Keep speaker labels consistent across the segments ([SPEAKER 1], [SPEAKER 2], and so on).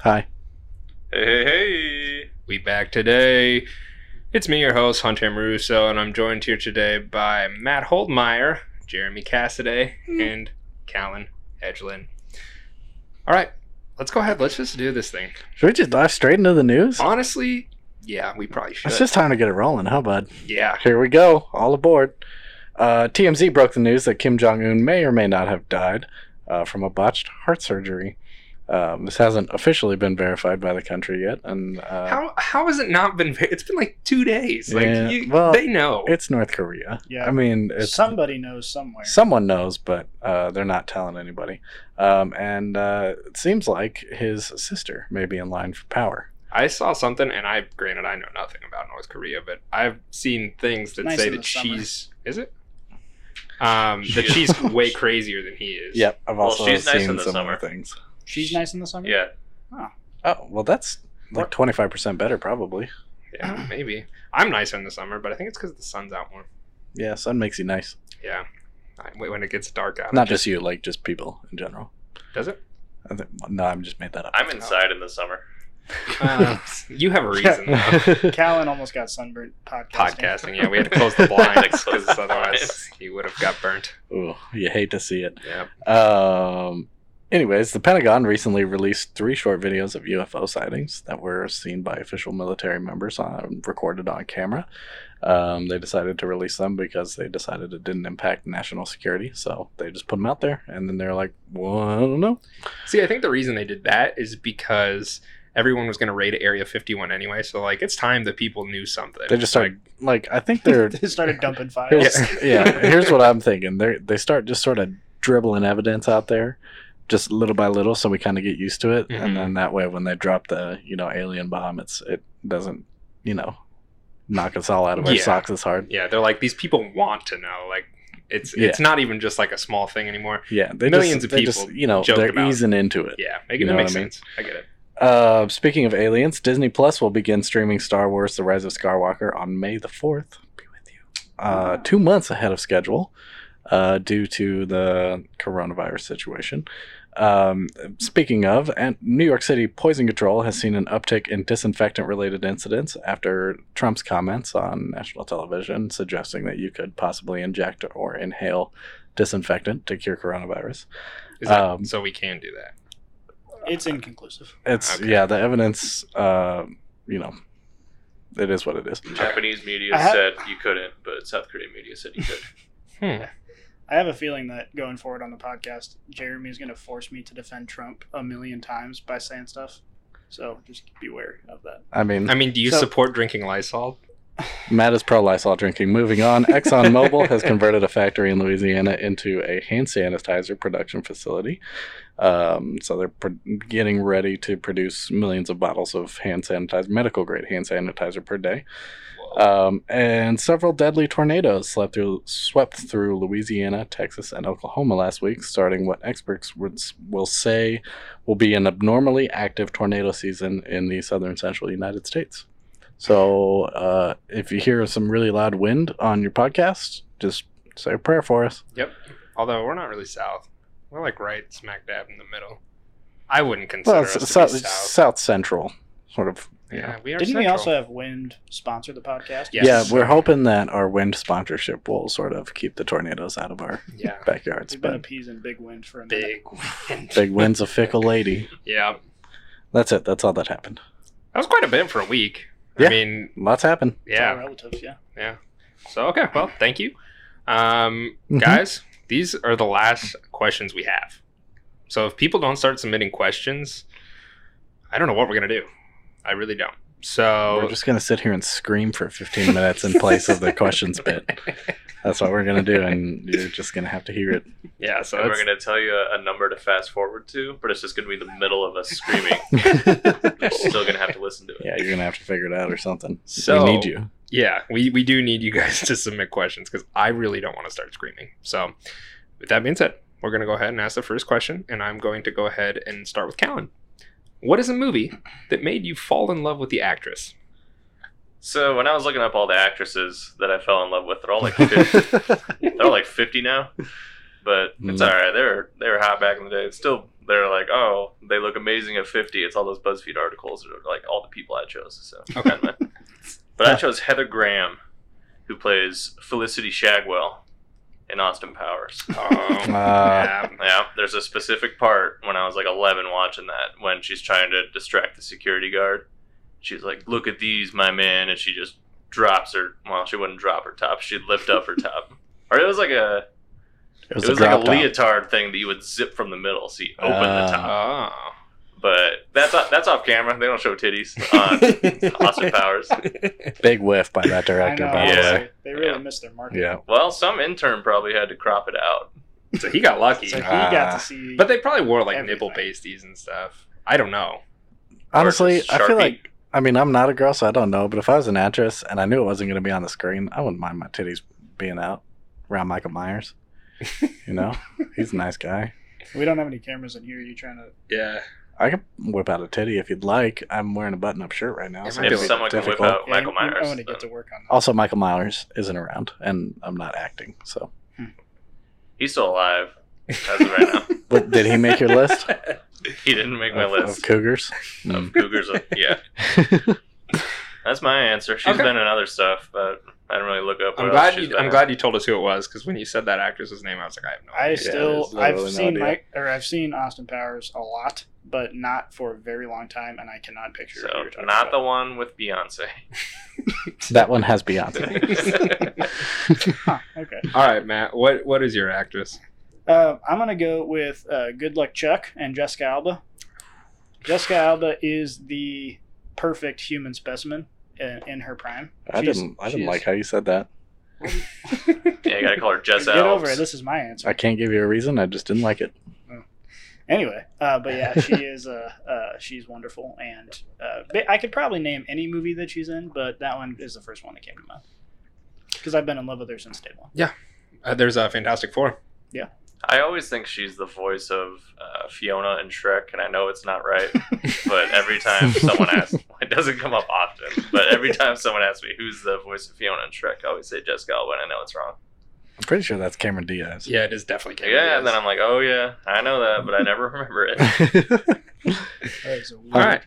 [SPEAKER 1] Hi.
[SPEAKER 2] Hey, hey, hey.
[SPEAKER 3] We back today. It's me, your host, Hunter M. Russo, and I'm joined here today by Matt Holdmeyer, Jeremy Cassidy,
[SPEAKER 2] Hmm.
[SPEAKER 3] and Callan Edgelin. All right, let's go ahead. Let's just do this thing.
[SPEAKER 1] Should we just dive straight into the news?
[SPEAKER 2] Oh,
[SPEAKER 3] Honestly, yeah, we probably should.
[SPEAKER 1] It's just time to get it rolling, huh, bud?
[SPEAKER 3] yeah.
[SPEAKER 1] Here we go. All aboard. Uh, TMZ broke the news that Kim Jong Un may or may not have died uh, from a botched heart surgery. Um, this hasn't officially been verified by the country yet, and uh,
[SPEAKER 3] How how has it not been? ve- It's been like two days. Like
[SPEAKER 1] Yeah,
[SPEAKER 3] you,
[SPEAKER 1] well,
[SPEAKER 3] they know.
[SPEAKER 1] it's North Korea.
[SPEAKER 4] Yeah.
[SPEAKER 1] I mean, it's,
[SPEAKER 4] Somebody knows somewhere.
[SPEAKER 1] someone knows, but uh, they're not telling anybody. Um, and uh, it seems like his sister may be in line for power.
[SPEAKER 3] I saw something, and I granted I know nothing about North Korea, but I've seen things that
[SPEAKER 4] Nice
[SPEAKER 3] say
[SPEAKER 4] in
[SPEAKER 3] that
[SPEAKER 4] the summer.
[SPEAKER 3] she's is it. Um, that
[SPEAKER 2] She-
[SPEAKER 3] she's way crazier than he is.
[SPEAKER 1] Yep, I've
[SPEAKER 2] Well,
[SPEAKER 1] also
[SPEAKER 2] she's nice
[SPEAKER 1] seen
[SPEAKER 2] in the
[SPEAKER 1] some
[SPEAKER 2] summer.
[SPEAKER 1] other things.
[SPEAKER 4] She's nice in the summer.
[SPEAKER 2] Yeah.
[SPEAKER 1] Oh well, that's like twenty five percent better, probably.
[SPEAKER 3] Yeah, maybe. I'm nice in the summer, but I think it's because the sun's out more.
[SPEAKER 1] Yeah, sun makes you nice.
[SPEAKER 3] Yeah. I, wait, when it gets dark out.
[SPEAKER 1] Not just you, like just people in general.
[SPEAKER 3] Does it?
[SPEAKER 1] I think, no, I'm just made that up.
[SPEAKER 2] I'm inside in the summer.
[SPEAKER 3] Uh, you have a reason. though.
[SPEAKER 4] Callan almost got sunburned podcasting.
[SPEAKER 3] Podcasting, yeah, we had to close the blinds
[SPEAKER 2] Close
[SPEAKER 3] because
[SPEAKER 2] the
[SPEAKER 3] otherwise
[SPEAKER 2] blinds.
[SPEAKER 3] you would have got burnt.
[SPEAKER 1] Ooh, you hate to see it.
[SPEAKER 3] Yeah.
[SPEAKER 1] Um, anyways, the Pentagon recently released three short videos of UFO sightings that were seen by official military members on, recorded on camera. Um, they decided to release them because they decided it didn't impact national security, so they just put them out there. And then they're like, "Well, I don't know."
[SPEAKER 3] See, I think the reason they did that is because everyone was going to raid Area 51 anyway. So, like, it's time that people knew something.
[SPEAKER 1] They just started like, I think they're
[SPEAKER 4] they started dumping files.
[SPEAKER 1] Here's, yeah. here's what I'm thinking. They they start just sort of dribbling evidence out there, just little by little, so we kind of get used to it,
[SPEAKER 3] Mhm.
[SPEAKER 1] and then that way, when they drop the you know alien bomb, it's it doesn't you know knock us all out of our
[SPEAKER 3] Yeah.
[SPEAKER 1] socks as hard.
[SPEAKER 3] yeah, they're like, these people want to know. Like, it's it's not even just like a small thing anymore.
[SPEAKER 1] Yeah, they
[SPEAKER 3] Millions
[SPEAKER 1] just,
[SPEAKER 3] of
[SPEAKER 1] they
[SPEAKER 3] people
[SPEAKER 1] just, you know
[SPEAKER 3] joked
[SPEAKER 1] they're
[SPEAKER 3] about it.
[SPEAKER 1] easing into it.
[SPEAKER 3] Yeah, make
[SPEAKER 1] You
[SPEAKER 3] it
[SPEAKER 1] know
[SPEAKER 3] make
[SPEAKER 1] what I mean?
[SPEAKER 3] sense. I get it.
[SPEAKER 1] Uh, speaking of aliens, Disney Plus will begin streaming Star Wars: The Rise of Skywalker on May the fourth. Be with you. Uh, two months ahead of schedule, uh, due to the coronavirus situation. Um, speaking of, and New York City Poison Control has seen an uptick in disinfectant-related incidents after Trump's comments on national television suggesting that you could possibly inject or inhale disinfectant to cure coronavirus.
[SPEAKER 3] Is that,
[SPEAKER 1] Um,
[SPEAKER 3] so, we can do that.
[SPEAKER 4] It's inconclusive.
[SPEAKER 1] It's
[SPEAKER 3] Okay.
[SPEAKER 1] yeah, the evidence. Uh, you know, it is what it is.
[SPEAKER 2] Japanese media
[SPEAKER 4] I have-
[SPEAKER 2] said you couldn't, but South Korean media said you could.
[SPEAKER 3] Hmm.
[SPEAKER 4] I have a feeling that going forward on the podcast, Jeremy's going to force me to defend Trump a million times by saying stuff. So just beware of that.
[SPEAKER 1] I mean,
[SPEAKER 3] I mean, do you
[SPEAKER 4] So-
[SPEAKER 3] support drinking Lysol?
[SPEAKER 1] Matt is pro Lysol drinking. Moving on, ExxonMobil has converted a factory in Louisiana into a hand sanitizer production facility. Um, so they're pro- getting ready to produce millions of bottles of hand sanitizer, medical grade hand sanitizer per day. Um, and several deadly tornadoes slept through, swept through Louisiana, Texas, and Oklahoma last week, starting what experts would, s- will say will be an abnormally active tornado season in the southern central United States. So uh, if you hear some really loud wind on your podcast, just say a prayer for us.
[SPEAKER 3] Yep. Although we're not really south, we're like right smack dab in the middle. I wouldn't consider
[SPEAKER 1] Well,
[SPEAKER 3] us to
[SPEAKER 1] it's
[SPEAKER 3] be
[SPEAKER 1] south,
[SPEAKER 3] south.
[SPEAKER 1] south central, sort of.
[SPEAKER 3] Yeah,
[SPEAKER 1] you know.
[SPEAKER 3] we are.
[SPEAKER 4] Didn't we
[SPEAKER 3] central.
[SPEAKER 4] also have Wind sponsor the podcast?
[SPEAKER 3] Yes.
[SPEAKER 1] Yeah, we're hoping that our wind sponsorship will sort of keep the tornadoes out of our
[SPEAKER 3] yeah
[SPEAKER 1] backyards.
[SPEAKER 4] We've been
[SPEAKER 1] But
[SPEAKER 4] appeasing Big Wind for a minute.
[SPEAKER 3] big wind.
[SPEAKER 1] big wind's a fickle lady.
[SPEAKER 3] Yeah,
[SPEAKER 1] That's it. That's all that happened.
[SPEAKER 3] that was quite a bit for a week. I
[SPEAKER 1] Yeah.
[SPEAKER 3] mean,
[SPEAKER 1] Lots happened.
[SPEAKER 4] It's all
[SPEAKER 3] yeah.
[SPEAKER 4] relative, yeah.
[SPEAKER 3] So okay, well, thank you, um,
[SPEAKER 1] Mhm.
[SPEAKER 3] guys. These are the last questions we have. So if people don't start submitting questions, I don't know what we're gonna do. I really don't. So oh.
[SPEAKER 1] We're just gonna sit here and scream for 15 minutes in place of the questions bit. That's what we're gonna do, and you're just gonna have to hear it.
[SPEAKER 3] yeah, so
[SPEAKER 2] And we're
[SPEAKER 3] it's-
[SPEAKER 2] going to tell you a, a number to fast forward to, but it's just going to be the middle of us screaming. You're still going to have to listen to it.
[SPEAKER 1] Yeah, you're gonna have to figure it out or something.
[SPEAKER 3] So-
[SPEAKER 1] we need you.
[SPEAKER 3] yeah, we, we do need you guys to submit questions because I really don't want to start screaming. So, with that being said, we're going to go ahead and ask the first question, and I'm going to go ahead and start with Callan. What is a movie that made you fall in love with the actress?
[SPEAKER 2] So when I was looking
[SPEAKER 1] Uh,
[SPEAKER 2] up all the actresses that I fell in love with, they're all like 50, they're all like 50 now. but it's
[SPEAKER 1] Mm.
[SPEAKER 2] all right. They were they were hot back in the day. It's still, they're like, oh, they look amazing at fifty. It's all those BuzzFeed articles that are like all the people I chose. So,
[SPEAKER 3] Okay.
[SPEAKER 2] but I chose Heather Graham, who plays Felicity Shagwell in Austin Powers.
[SPEAKER 3] Oh,
[SPEAKER 1] Ah.
[SPEAKER 3] yeah.
[SPEAKER 2] Yeah, there's a specific part when I was like 11 watching that when she's trying to distract the security guard. She's like, "Look at these, my man," and she just drops her. Well, she wouldn't drop her top. She'd lift up her top, or it was like a
[SPEAKER 1] It
[SPEAKER 2] it was,
[SPEAKER 1] was, a
[SPEAKER 2] like a
[SPEAKER 1] drop top.
[SPEAKER 2] leotard thing that you would zip from the middle, so you open
[SPEAKER 1] Ah.
[SPEAKER 2] the top.
[SPEAKER 3] Oh.
[SPEAKER 2] But that's o- that's off camera. They don't show titties on Austin Powers.
[SPEAKER 1] Big whiff by that
[SPEAKER 4] I
[SPEAKER 1] director,
[SPEAKER 4] know.
[SPEAKER 1] by the
[SPEAKER 2] Yeah.
[SPEAKER 1] way.
[SPEAKER 4] honestly, They really
[SPEAKER 2] Yeah.
[SPEAKER 4] missed their market.
[SPEAKER 1] Yeah.
[SPEAKER 2] Well, some intern probably had to crop it out.
[SPEAKER 3] so he got lucky.
[SPEAKER 4] So he
[SPEAKER 1] Ah.
[SPEAKER 4] got to see.
[SPEAKER 3] But they probably wore like
[SPEAKER 4] Everything.
[SPEAKER 3] nipple pasties and stuff. I don't know.
[SPEAKER 1] Honestly, I feel
[SPEAKER 2] Sharpie.
[SPEAKER 1] like I mean I'm not a girl, so I don't know. But if I was an actress and I knew it wasn't going to be on the screen, I wouldn't mind my titties being out around Michael Myers. You know, he's a nice guy.
[SPEAKER 4] we don't have any cameras in here. You trying to?
[SPEAKER 3] Yeah.
[SPEAKER 1] I could whip out a titty if you'd like. I'm wearing a button-up shirt right now.
[SPEAKER 3] It
[SPEAKER 1] so
[SPEAKER 3] might
[SPEAKER 2] if
[SPEAKER 1] it'd
[SPEAKER 3] be
[SPEAKER 1] be
[SPEAKER 2] someone can
[SPEAKER 1] difficult.
[SPEAKER 2] whip out Michael
[SPEAKER 4] Yeah, I'm-
[SPEAKER 2] Myers,
[SPEAKER 4] I'm gonna
[SPEAKER 2] then
[SPEAKER 4] get to work on that.
[SPEAKER 1] Also, Michael Myers isn't around, and I'm not acting. So,
[SPEAKER 2] he's still alive as of right now.
[SPEAKER 1] but did he make your list?
[SPEAKER 2] He didn't make my
[SPEAKER 1] of,
[SPEAKER 2] list.
[SPEAKER 1] of cougars. Mm.
[SPEAKER 2] of cougars. yeah, that's my answer. She's
[SPEAKER 3] Okay.
[SPEAKER 2] been in other stuff, but I didn't really look up. What
[SPEAKER 3] I'm
[SPEAKER 2] else
[SPEAKER 3] glad
[SPEAKER 2] she's
[SPEAKER 3] you.
[SPEAKER 2] been
[SPEAKER 3] I'm
[SPEAKER 2] in.
[SPEAKER 3] glad you told us who it was because when you said that actress's name, I was like, I have no
[SPEAKER 4] I
[SPEAKER 3] idea.
[SPEAKER 4] still
[SPEAKER 1] there's
[SPEAKER 4] I've
[SPEAKER 1] literally no
[SPEAKER 4] seen
[SPEAKER 1] idea.
[SPEAKER 4] Mike or I've seen Austin Powers a lot, but not for a very long time, and I cannot picture. who you're
[SPEAKER 2] So
[SPEAKER 4] talking
[SPEAKER 2] not the
[SPEAKER 4] about.
[SPEAKER 2] one with Beyonce.
[SPEAKER 1] that one has Beyonce.
[SPEAKER 4] Huh, okay,
[SPEAKER 3] All right, Matt. What What is your actress?
[SPEAKER 4] uh, I'm gonna go with uh, Good Luck Chuck and Jessica Alba. Jessica Alba is the perfect human specimen in, in her prime.
[SPEAKER 1] I
[SPEAKER 4] She's-
[SPEAKER 1] didn't. I didn't
[SPEAKER 4] she's-
[SPEAKER 1] like how you said that.
[SPEAKER 2] yeah, you gotta call her Jess
[SPEAKER 4] Get over
[SPEAKER 2] Alves.
[SPEAKER 4] it. This is my answer.
[SPEAKER 1] I can't give you a reason. I just didn't like it.
[SPEAKER 4] anyway uh, but yeah she is uh, uh, she's wonderful and uh, ba- i could probably name any movie that she's in but that one is the first one that came to mind because i've been in love with her since day one
[SPEAKER 3] Uh, there's a Fantastic Four.
[SPEAKER 2] I always think she's the voice of uh, Fiona and Shrek, and I know it's not right, but every time someone asks, it doesn't come up often, but every time someone asks me who's the voice of Fiona and Shrek, I always say Jessica Alba, and I know it's wrong.
[SPEAKER 1] I'm pretty sure that's Cameron Diaz.
[SPEAKER 3] Yeah, it is definitely. Cameron
[SPEAKER 2] yeah,
[SPEAKER 3] Diaz.
[SPEAKER 2] and then I'm like, oh yeah, I know that, but I never remember it.
[SPEAKER 4] that is a weird,
[SPEAKER 3] All right,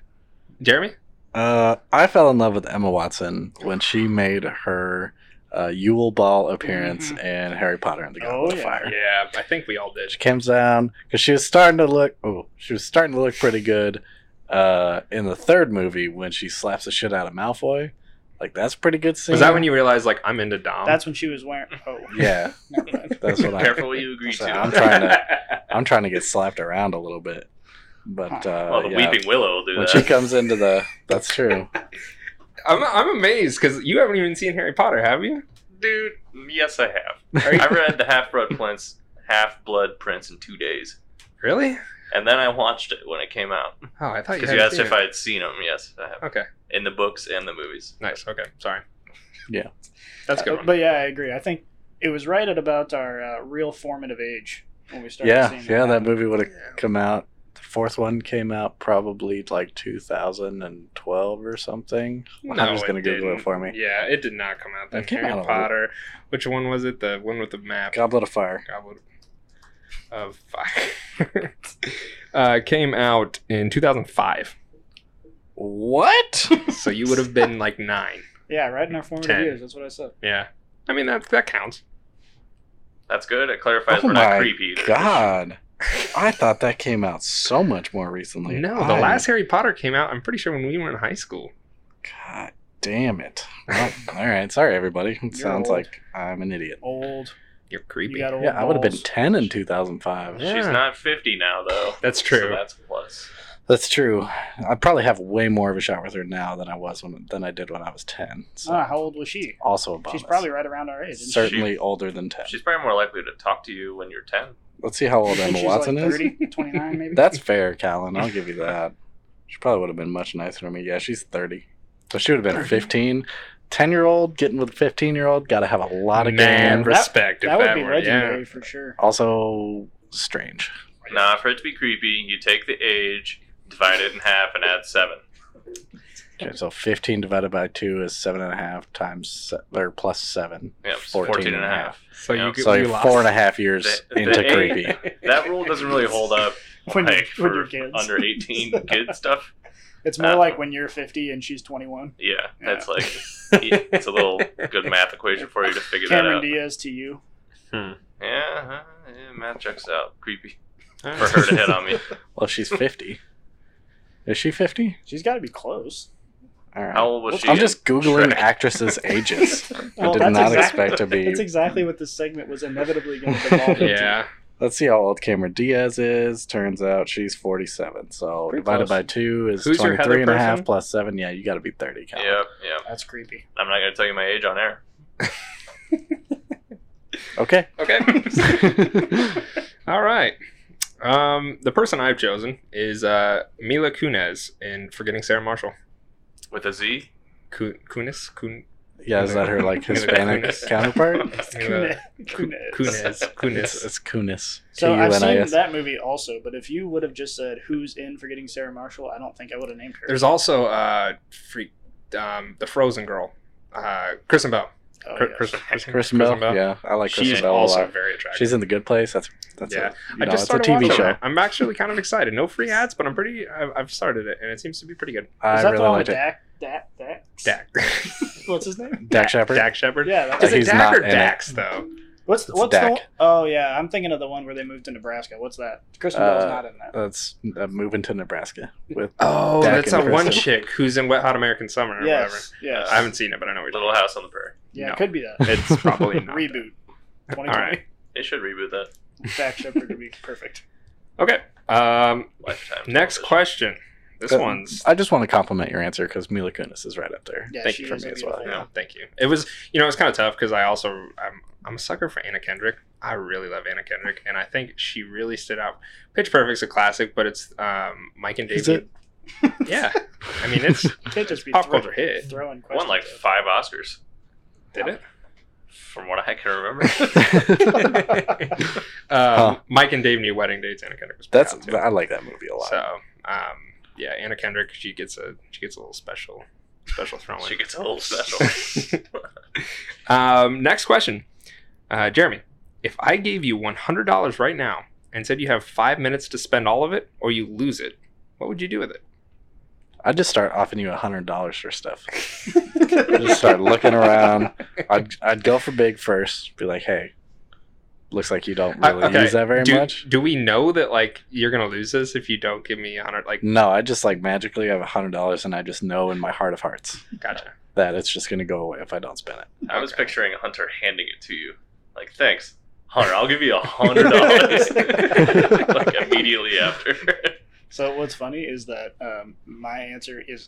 [SPEAKER 3] Jeremy.
[SPEAKER 1] Uh, I fell in love with Emma Watson when she made her uh, Yule Ball appearance in Harry Potter and the Goblet
[SPEAKER 4] Oh,
[SPEAKER 1] of
[SPEAKER 4] yeah.
[SPEAKER 1] Fire.
[SPEAKER 3] Yeah, I think we all did.
[SPEAKER 1] She comes down because she was starting to look. Oh, she was starting to look pretty good uh, in the third movie when she slaps the shit out of Malfoy. Like that's a pretty good scene.
[SPEAKER 3] Was that when you realized like I'm into Dom?
[SPEAKER 4] that's when she was wearing oh
[SPEAKER 1] Yeah,
[SPEAKER 4] never mind.
[SPEAKER 1] that's what I.
[SPEAKER 2] Careful what you agree
[SPEAKER 1] So
[SPEAKER 2] to.
[SPEAKER 3] uh,
[SPEAKER 1] I'm trying to- I'm trying to get slapped around a little bit, but uh,
[SPEAKER 2] well, the
[SPEAKER 1] yeah.
[SPEAKER 2] Weeping Willow will do
[SPEAKER 1] when
[SPEAKER 2] that.
[SPEAKER 1] she comes into the. That's true.
[SPEAKER 3] I'm, I'm amazed because you haven't even seen Harry Potter, have you?
[SPEAKER 2] Dude, yes, I have.
[SPEAKER 3] Are you-
[SPEAKER 2] I read the Half Blood Prince, Half Blood Prince in two days,
[SPEAKER 3] Really?
[SPEAKER 2] and then I watched it when it came out
[SPEAKER 3] Oh, I thought you
[SPEAKER 2] because
[SPEAKER 3] had
[SPEAKER 2] you asked
[SPEAKER 3] seen
[SPEAKER 2] if
[SPEAKER 3] it.
[SPEAKER 2] I had seen them. Yes, I have.
[SPEAKER 3] Okay.
[SPEAKER 2] In the books and the movies.
[SPEAKER 3] Nice. Okay. Sorry.
[SPEAKER 1] Yeah.
[SPEAKER 3] That's a good.
[SPEAKER 4] Uh,
[SPEAKER 3] One.
[SPEAKER 4] but yeah i agree i think it was right at about our uh, real formative age when we started
[SPEAKER 1] yeah,
[SPEAKER 4] seeing that
[SPEAKER 1] yeah, that
[SPEAKER 4] happen.
[SPEAKER 1] movie would have come out. The fourth one came out probably like 2012 or something. I'm just gonna
[SPEAKER 3] it
[SPEAKER 1] Google it
[SPEAKER 3] didn't.
[SPEAKER 1] for me.
[SPEAKER 3] Yeah, it did not come out. That
[SPEAKER 1] It came
[SPEAKER 3] Harry
[SPEAKER 1] out a-
[SPEAKER 3] Potter. Which one was it? The one with the map.
[SPEAKER 1] Goblet of Fire.
[SPEAKER 3] Goblet of Fire. uh, came out in 2005.
[SPEAKER 1] What?
[SPEAKER 3] So you would have been like nine.
[SPEAKER 4] yeah right in our formative
[SPEAKER 3] Ten.
[SPEAKER 4] years that's what i said
[SPEAKER 3] Yeah. I mean that that counts.
[SPEAKER 2] That's good. It clarifies
[SPEAKER 1] Oh
[SPEAKER 2] we're not
[SPEAKER 1] my
[SPEAKER 2] creepy. either.
[SPEAKER 1] God, I thought that came out so much more recently.
[SPEAKER 3] No, the
[SPEAKER 1] I-
[SPEAKER 3] last Harry Potter came out. I'm pretty sure when we were in high school.
[SPEAKER 1] God damn it! Well, all right, sorry everybody. It sounds
[SPEAKER 4] old.
[SPEAKER 1] like I'm an idiot.
[SPEAKER 4] old
[SPEAKER 3] You're creepy.
[SPEAKER 4] you got old
[SPEAKER 1] Yeah, I would have been
[SPEAKER 4] balls.
[SPEAKER 1] 10 in 2005.
[SPEAKER 3] Yeah.
[SPEAKER 2] She's not 50 now, though.
[SPEAKER 3] That's
[SPEAKER 2] So
[SPEAKER 3] true.
[SPEAKER 2] that's a plus.
[SPEAKER 1] That's true. I probably have way more of a shot with her now than I was when than I did when I was 10. So
[SPEAKER 4] Ah, how old was she
[SPEAKER 1] also a bonus.
[SPEAKER 4] she's probably right around our age isn't she?
[SPEAKER 1] certainly older than 10.
[SPEAKER 2] She's probably more likely to talk to you when you're 10.
[SPEAKER 1] Let's see how
[SPEAKER 4] I
[SPEAKER 1] old
[SPEAKER 4] think
[SPEAKER 1] Emma
[SPEAKER 4] she's
[SPEAKER 1] Watson
[SPEAKER 4] like
[SPEAKER 1] is.
[SPEAKER 4] 30, 29 maybe
[SPEAKER 1] That's fair, Callan. I'll give you that. She probably would have been much nicer to me. Yeah, she's 30. So she would have been 15. 10 year old getting with 15 year old, got to have a lot of
[SPEAKER 3] Man,
[SPEAKER 1] game.
[SPEAKER 4] That-
[SPEAKER 3] respect. if
[SPEAKER 4] that would be
[SPEAKER 3] were-
[SPEAKER 4] legendary
[SPEAKER 3] yeah.
[SPEAKER 4] for sure
[SPEAKER 1] Also, strange.
[SPEAKER 2] Nah, for it to be creepy, you take the age, divide it in half, and add seven.
[SPEAKER 1] Okay, so 15 divided by 2 is 7.5 times, se- or plus 7.
[SPEAKER 2] Yep,
[SPEAKER 1] 14
[SPEAKER 2] 14,
[SPEAKER 1] and
[SPEAKER 2] and
[SPEAKER 1] a
[SPEAKER 2] a half.
[SPEAKER 3] So
[SPEAKER 2] Yeah.
[SPEAKER 3] you could,
[SPEAKER 1] So
[SPEAKER 3] we
[SPEAKER 1] you're
[SPEAKER 3] lost.
[SPEAKER 1] four and a half years
[SPEAKER 2] The- the
[SPEAKER 1] into
[SPEAKER 2] eight-
[SPEAKER 1] creepy.
[SPEAKER 2] That rule doesn't really hold up
[SPEAKER 4] When,
[SPEAKER 2] like,
[SPEAKER 4] you, when
[SPEAKER 2] for
[SPEAKER 4] you're kids.
[SPEAKER 2] under 18 kid stuff.
[SPEAKER 4] it's more
[SPEAKER 2] uh,
[SPEAKER 4] like when you're 50 and she's 21.
[SPEAKER 2] Yeah, that's
[SPEAKER 4] Yeah.
[SPEAKER 2] like it's a little good math equation for you to figure that
[SPEAKER 4] Cameron
[SPEAKER 2] out.
[SPEAKER 4] Diaz to you.
[SPEAKER 2] Yeah, uh, yeah, math checks out. Creepy for her to hit on me.
[SPEAKER 1] Well, she's 50. Is she 50?
[SPEAKER 4] She's got to be close.
[SPEAKER 1] All right.
[SPEAKER 2] How old was she?
[SPEAKER 1] I'm just
[SPEAKER 2] in
[SPEAKER 1] Googling
[SPEAKER 2] Shrek?
[SPEAKER 1] actresses' ages. I
[SPEAKER 4] Well,
[SPEAKER 1] did
[SPEAKER 4] that's
[SPEAKER 1] not
[SPEAKER 4] exactly-
[SPEAKER 1] expect to be.
[SPEAKER 4] That's exactly what this segment was inevitably going to devolve into.
[SPEAKER 3] Yeah.
[SPEAKER 1] Let's see how old Cameron Diaz is. Turns out she's 47. So
[SPEAKER 4] Pretty
[SPEAKER 1] divided
[SPEAKER 4] close.
[SPEAKER 1] by 2 is
[SPEAKER 3] Who's your Heather
[SPEAKER 1] 23 and a half
[SPEAKER 3] person?
[SPEAKER 1] plus 7. Yeah, you got to be 30. Colin.
[SPEAKER 2] Yep, yep.
[SPEAKER 4] That's creepy.
[SPEAKER 2] I'm not gonna tell you my age on air.
[SPEAKER 1] Okay.
[SPEAKER 3] Okay. All right. Um, the person I've chosen is uh, Mila Kunis in Forgetting Sarah Marshall.
[SPEAKER 2] With a Z?
[SPEAKER 3] Ku- Kunis? Kun-
[SPEAKER 1] Yeah, is that her like
[SPEAKER 3] Mila
[SPEAKER 1] Hispanic
[SPEAKER 3] Kunis.
[SPEAKER 1] counterpart?
[SPEAKER 3] Mila Ku-
[SPEAKER 4] Kunis.
[SPEAKER 3] Kunis.
[SPEAKER 1] It's,
[SPEAKER 3] Kunis.
[SPEAKER 1] it's Kunis.
[SPEAKER 4] So I've seen
[SPEAKER 1] K-U-N-I-S.
[SPEAKER 4] that movie also, but if you would have just said who's in Forgetting Sarah Marshall, I don't think I would have named her.
[SPEAKER 3] There's also uh, freak, um, the Frozen girl, uh, Kristen Bell.
[SPEAKER 4] oh,
[SPEAKER 3] Cr-
[SPEAKER 4] yes.
[SPEAKER 3] Kristen, Kristen,
[SPEAKER 1] Kristen Bell. Yeah, I like Kristen
[SPEAKER 3] She's
[SPEAKER 1] Bell a
[SPEAKER 3] also
[SPEAKER 1] lot.
[SPEAKER 3] very attractive.
[SPEAKER 1] She's in the Good Place. That's that's
[SPEAKER 3] Yeah.
[SPEAKER 1] a, you
[SPEAKER 3] I
[SPEAKER 1] know,
[SPEAKER 3] just
[SPEAKER 1] it's a
[SPEAKER 3] started
[SPEAKER 1] TV
[SPEAKER 3] watching
[SPEAKER 1] show.
[SPEAKER 3] it. I'm actually kind of excited. No free ads, but I'm pretty. I've, I've started it, and it seems to be pretty good.
[SPEAKER 1] I
[SPEAKER 4] Is that
[SPEAKER 1] really
[SPEAKER 4] the one with
[SPEAKER 1] liked it.
[SPEAKER 4] Dak? Dak? Dak?
[SPEAKER 3] Dak.
[SPEAKER 4] What's his name?
[SPEAKER 1] Dak Shepard.
[SPEAKER 3] Dak Shepard.
[SPEAKER 4] Yeah, that's
[SPEAKER 3] Is it
[SPEAKER 1] He's
[SPEAKER 3] Dak
[SPEAKER 1] not
[SPEAKER 3] or
[SPEAKER 1] in it.
[SPEAKER 3] Dax though?
[SPEAKER 4] What's
[SPEAKER 1] It's
[SPEAKER 4] what's
[SPEAKER 1] Dak.
[SPEAKER 4] the? one- Oh yeah, I'm thinking of the one where they moved to Nebraska. What's that? Kristen Bell's
[SPEAKER 1] Uh,
[SPEAKER 4] not in that.
[SPEAKER 1] That's uh, moving to Nebraska with
[SPEAKER 3] Oh,
[SPEAKER 1] Dak
[SPEAKER 3] that's
[SPEAKER 1] and
[SPEAKER 3] that one
[SPEAKER 1] Kristen.
[SPEAKER 3] chick who's in Wet Hot American Summer or whatever.
[SPEAKER 4] yes, yes.
[SPEAKER 3] I haven't seen it, but I know we're
[SPEAKER 2] Little House on the Prairie.
[SPEAKER 4] yeah,
[SPEAKER 3] no.
[SPEAKER 4] it could be that.
[SPEAKER 3] It's probably not.
[SPEAKER 4] Reboot. 2020.
[SPEAKER 3] right.
[SPEAKER 2] They should reboot that.
[SPEAKER 4] Dak Shepard would be perfect.
[SPEAKER 3] Okay. Um,
[SPEAKER 2] Lifetime.
[SPEAKER 3] next
[SPEAKER 2] television.
[SPEAKER 3] question. This
[SPEAKER 1] But
[SPEAKER 3] one's.
[SPEAKER 1] Uh, I just want to compliment your answer because Mila Kunis is right up there.
[SPEAKER 4] Yeah,
[SPEAKER 1] Thank
[SPEAKER 4] she
[SPEAKER 1] you for
[SPEAKER 4] is
[SPEAKER 1] me
[SPEAKER 4] a
[SPEAKER 1] as well.
[SPEAKER 4] beautiful-
[SPEAKER 3] Yeah, thank you. It was, you know, it's kind of tough because I also I'm I'm a sucker for Anna Kendrick. I really love Anna Kendrick, and I think she really stood out. Pitch Perfect's a classic, but it's um, Mike and David.
[SPEAKER 1] Is
[SPEAKER 3] Yeah, I mean it's
[SPEAKER 4] Can't just be
[SPEAKER 3] pop
[SPEAKER 4] throw-
[SPEAKER 3] culture hit.
[SPEAKER 4] throwing questions.
[SPEAKER 2] Won like
[SPEAKER 4] at-
[SPEAKER 2] five Oscars,
[SPEAKER 3] Did it?
[SPEAKER 2] from what I can remember.
[SPEAKER 3] um,
[SPEAKER 1] Huh.
[SPEAKER 3] Mike and Dave New Wedding Dates. Anna Kendrick was
[SPEAKER 1] That's
[SPEAKER 3] pretty
[SPEAKER 1] I
[SPEAKER 3] hot,
[SPEAKER 1] like that movie a
[SPEAKER 3] too.
[SPEAKER 1] lot.
[SPEAKER 3] so. Um, yeah, Anna Kendrick. She gets a she gets a little special special throw in.
[SPEAKER 2] she gets a little special.
[SPEAKER 3] um, next question, uh, Jeremy. If I gave you one hundred dollars right now and said you have five minutes to spend all of it, or you lose it, what would you do with it?
[SPEAKER 1] I just start offering you a hundred dollars for stuff. just start looking around. I'd I'd go for big first. Be like, hey, looks like you don't
[SPEAKER 3] I-
[SPEAKER 1] really
[SPEAKER 3] okay,
[SPEAKER 1] use that very
[SPEAKER 3] do,
[SPEAKER 1] much.
[SPEAKER 3] do we know that like you're gonna lose this if you don't give me a hundred? Like,
[SPEAKER 1] No, I just like magically have a hundred dollars, and I just know in my heart of hearts
[SPEAKER 3] gotcha.
[SPEAKER 1] that it's just gonna go away if I don't spend it.
[SPEAKER 2] I was
[SPEAKER 3] Okay.
[SPEAKER 2] picturing Hunter handing it to you. Like, thanks, Hunter. I'll give you a hundred dollars. like immediately after.
[SPEAKER 4] So what's funny is that um, my answer is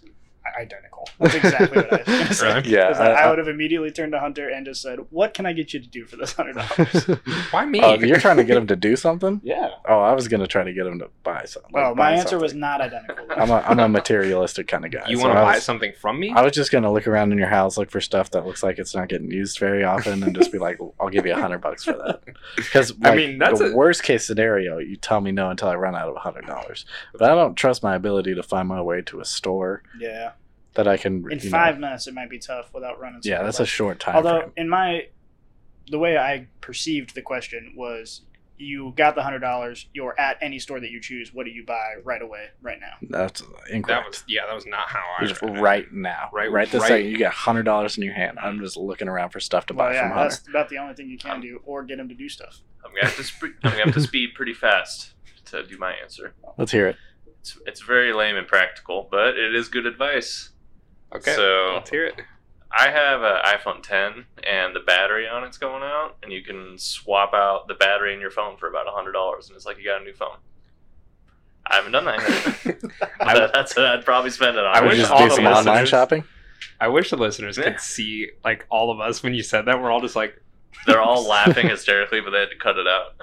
[SPEAKER 4] identical. That's exactly what I was going to say.
[SPEAKER 3] Right.
[SPEAKER 1] Yeah,
[SPEAKER 4] Is that I, would have immediately turned to Hunter and just said, "What can I get you to do for this hundred dollars?"
[SPEAKER 3] Why me?
[SPEAKER 1] oh, you're trying to get him to do something?
[SPEAKER 4] Yeah.
[SPEAKER 1] Oh, I was gonna try to get him to buy something. like,
[SPEAKER 4] Well,
[SPEAKER 1] buy
[SPEAKER 4] my answer was
[SPEAKER 1] something.
[SPEAKER 4] not identical.
[SPEAKER 1] I'm a I'm a materialistic kind of guy.
[SPEAKER 3] you
[SPEAKER 1] so
[SPEAKER 3] want to
[SPEAKER 1] I
[SPEAKER 3] buy
[SPEAKER 1] was-
[SPEAKER 3] something from me?
[SPEAKER 1] I was just gonna look around in your house, look for stuff that looks like it's not getting used very often, and just be like, "I'll give you a hundred bucks for that." Because
[SPEAKER 3] I mean, that's
[SPEAKER 1] the
[SPEAKER 3] a-
[SPEAKER 1] worst case scenario. You tell me no until I run out of a hundred dollars, but I don't trust my ability to find my way to a store
[SPEAKER 4] yeah.
[SPEAKER 1] that I can.
[SPEAKER 4] In
[SPEAKER 1] you know-
[SPEAKER 4] five minutes, it might be tough without running.
[SPEAKER 1] yeah,
[SPEAKER 4] something
[SPEAKER 1] that's
[SPEAKER 4] like-
[SPEAKER 1] a short time.
[SPEAKER 4] Although,
[SPEAKER 1] frame.
[SPEAKER 4] in my, the way I perceived the question was, you got the hundred dollars. You're at any store that you choose. What do you buy right away, right now?
[SPEAKER 1] that's
[SPEAKER 3] that
[SPEAKER 1] incorrect.
[SPEAKER 3] was yeah, that was not how I.
[SPEAKER 1] It was
[SPEAKER 3] read it.
[SPEAKER 1] right now, right,
[SPEAKER 3] Right-
[SPEAKER 1] right this
[SPEAKER 3] right-
[SPEAKER 1] second, you get hundred dollars in your hand. I'm just looking around for stuff to buy
[SPEAKER 4] Well, yeah,
[SPEAKER 1] from Hunter.
[SPEAKER 4] that's about the only thing you can do, or get him to do stuff.
[SPEAKER 2] I'm gonna have to. Sp- I'm gonna have to speed pretty fast to do my answer.
[SPEAKER 1] Let's hear it.
[SPEAKER 2] It's it's very lame and practical, but it is good advice.
[SPEAKER 3] Okay,
[SPEAKER 2] So
[SPEAKER 3] let's hear it.
[SPEAKER 2] I have an iPhone 10, and the battery on it's going out, and you can swap out the battery in your phone for about hundred dollars, and it's like you got a new phone. I haven't done that. Yet.
[SPEAKER 3] I
[SPEAKER 2] But that's what I'd probably spend it on.
[SPEAKER 3] I
[SPEAKER 1] Would
[SPEAKER 3] wish
[SPEAKER 1] you just
[SPEAKER 3] all
[SPEAKER 1] do
[SPEAKER 3] the
[SPEAKER 1] some online
[SPEAKER 3] listeners-
[SPEAKER 1] shopping.
[SPEAKER 3] I wish the listeners
[SPEAKER 2] Yeah.
[SPEAKER 3] could see like all of us when you said that. We're all just like,
[SPEAKER 2] They're all laughing hysterically, but they had to cut it out.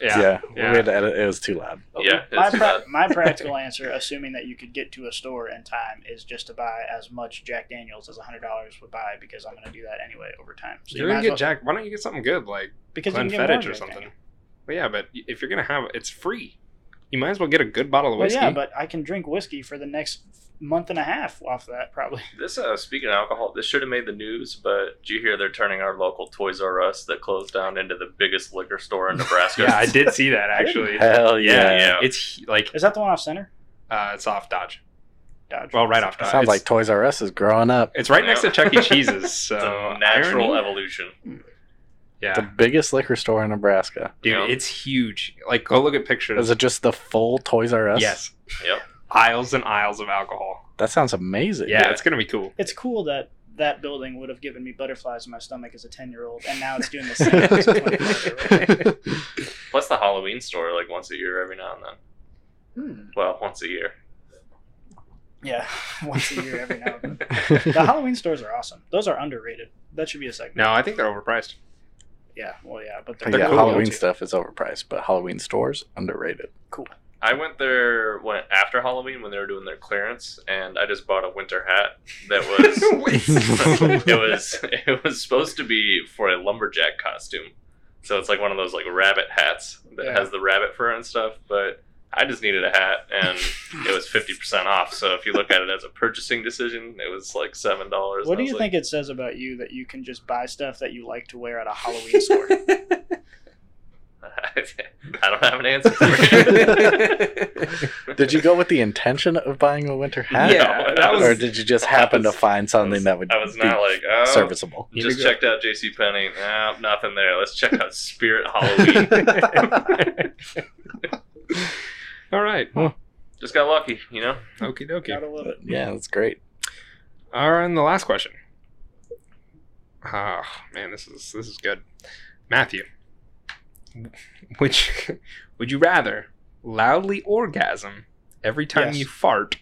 [SPEAKER 3] yeah, yeah.
[SPEAKER 1] we had to edit. It was too loud.
[SPEAKER 2] Yeah,
[SPEAKER 4] My,
[SPEAKER 2] it's
[SPEAKER 4] pra-
[SPEAKER 2] uh, bad.
[SPEAKER 4] my practical answer, assuming that you could get to a store in time, is just to buy as much Jack Daniels as hundred dollars would buy because I'm going to do that anyway over time. So
[SPEAKER 3] you're
[SPEAKER 4] you
[SPEAKER 3] gonna
[SPEAKER 4] might
[SPEAKER 3] get
[SPEAKER 4] as well,
[SPEAKER 3] Jack. Why don't you get something good like
[SPEAKER 4] because you can get more
[SPEAKER 3] Glenfiddich or
[SPEAKER 4] Jack
[SPEAKER 3] something?
[SPEAKER 4] Daniels.
[SPEAKER 3] Well, yeah, but if you're gonna have, it's free. You might as well get a good bottle of
[SPEAKER 4] Well,
[SPEAKER 3] whiskey.
[SPEAKER 4] yeah, but I can drink whiskey for the next month and a half off that, probably.
[SPEAKER 2] This uh, speaking of alcohol, this should have made the news, but do you hear they're turning our local Toys R Us that closed down into the biggest liquor store in Nebraska?
[SPEAKER 3] yeah, I did see that actually.
[SPEAKER 1] Hell
[SPEAKER 2] Yeah, yeah.
[SPEAKER 3] It's like
[SPEAKER 4] Is that the one off center?
[SPEAKER 3] uh, it's off Dodge.
[SPEAKER 4] Dodge.
[SPEAKER 3] Well, right off Dodge.
[SPEAKER 1] Sounds
[SPEAKER 3] Uh, It's-
[SPEAKER 1] like Toys R Us is growing up.
[SPEAKER 3] it's right next to Chuck E. Cheese's. So
[SPEAKER 2] It's a natural
[SPEAKER 3] Uh, irony.
[SPEAKER 2] evolution.
[SPEAKER 1] The
[SPEAKER 3] Yeah,
[SPEAKER 1] biggest liquor store in Nebraska.
[SPEAKER 3] dude,
[SPEAKER 2] Yeah.
[SPEAKER 3] it's huge. Like, go look at pictures.
[SPEAKER 1] Is it just the full Toys R Us?
[SPEAKER 3] yes.
[SPEAKER 2] Yep.
[SPEAKER 3] Aisles and aisles of alcohol.
[SPEAKER 1] That sounds amazing.
[SPEAKER 3] Yeah,
[SPEAKER 2] Yeah.
[SPEAKER 3] it's gonna be cool.
[SPEAKER 4] It's cool that that building would have given me butterflies in my stomach as a 10 year old, and now it's doing the same. as a 24 year
[SPEAKER 2] Plus the Halloween store, like once a year, every now and then.
[SPEAKER 4] old.
[SPEAKER 2] Well, once a year.
[SPEAKER 4] Yeah, once a year, every now and then. The Halloween stores are awesome. Those are underrated. That should be a segment.
[SPEAKER 3] no, I think they're overpriced.
[SPEAKER 4] Yeah, well, yeah, but they're,
[SPEAKER 1] yeah,
[SPEAKER 4] they're cool.
[SPEAKER 1] Halloween
[SPEAKER 4] too.
[SPEAKER 1] stuff is overpriced, but Halloween stores underrated.
[SPEAKER 2] I went there when after Halloween when they were doing their clearance, and I just bought a winter hat that was it was it was supposed to be for a lumberjack costume. So it's like one of those like rabbit hats that
[SPEAKER 4] Yeah.
[SPEAKER 2] has the rabbit fur and stuff, but I just needed a hat and it was 50% off. So if you look at it as a purchasing decision, it was like $7.
[SPEAKER 4] What
[SPEAKER 2] And
[SPEAKER 4] do
[SPEAKER 2] I was
[SPEAKER 4] you
[SPEAKER 2] like,
[SPEAKER 4] think it says about you that you can just buy stuff that you like to wear at a Halloween store?
[SPEAKER 2] I don't have an answer for you.
[SPEAKER 1] Did you go with the intention of buying a winter hat?
[SPEAKER 3] Yeah, that
[SPEAKER 1] or
[SPEAKER 3] was.
[SPEAKER 1] did you just happen
[SPEAKER 2] was-
[SPEAKER 1] to find something that would
[SPEAKER 2] I was
[SPEAKER 1] be
[SPEAKER 2] not like, oh,
[SPEAKER 1] serviceable?
[SPEAKER 3] You
[SPEAKER 2] just
[SPEAKER 3] need to go-
[SPEAKER 2] checked out JC Penney. Nah, nothing there. Let's check out Spirit Halloween.
[SPEAKER 3] All right.
[SPEAKER 2] just got lucky, you know?
[SPEAKER 3] Okie dokie.
[SPEAKER 4] Gotta love it.
[SPEAKER 1] Yeah, that's great.
[SPEAKER 3] All right, and the last question. Oh man, this is this is good. Matthew, would you, would you rather loudly orgasm every time
[SPEAKER 4] Yes.
[SPEAKER 3] you fart,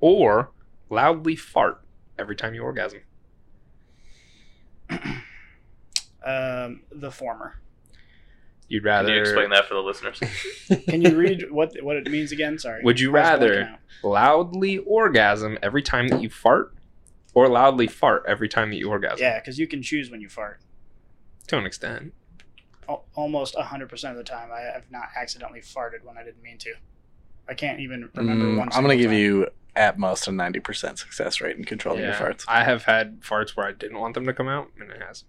[SPEAKER 3] or loudly fart every time you orgasm?
[SPEAKER 4] Um, the former.
[SPEAKER 3] You'd
[SPEAKER 2] Can
[SPEAKER 3] rather
[SPEAKER 2] you explain that for the listeners?
[SPEAKER 4] Can you read what what it means again? Sorry.
[SPEAKER 3] Would you
[SPEAKER 4] I was blanking
[SPEAKER 3] rather-
[SPEAKER 4] out.
[SPEAKER 3] loudly orgasm every time that you fart, or loudly fart every time that you orgasm?
[SPEAKER 4] Yeah, because you can choose when you fart.
[SPEAKER 3] to an extent.
[SPEAKER 4] Al- Almost hundred percent of the time, I have not accidentally farted when I didn't mean to. I can't even remember
[SPEAKER 1] Mm,
[SPEAKER 4] one.
[SPEAKER 1] I'm going to give
[SPEAKER 4] single time.
[SPEAKER 1] you at most a 90% success rate in controlling
[SPEAKER 3] Yeah.
[SPEAKER 1] your farts.
[SPEAKER 3] I have had farts where I didn't want them to come out, and it has.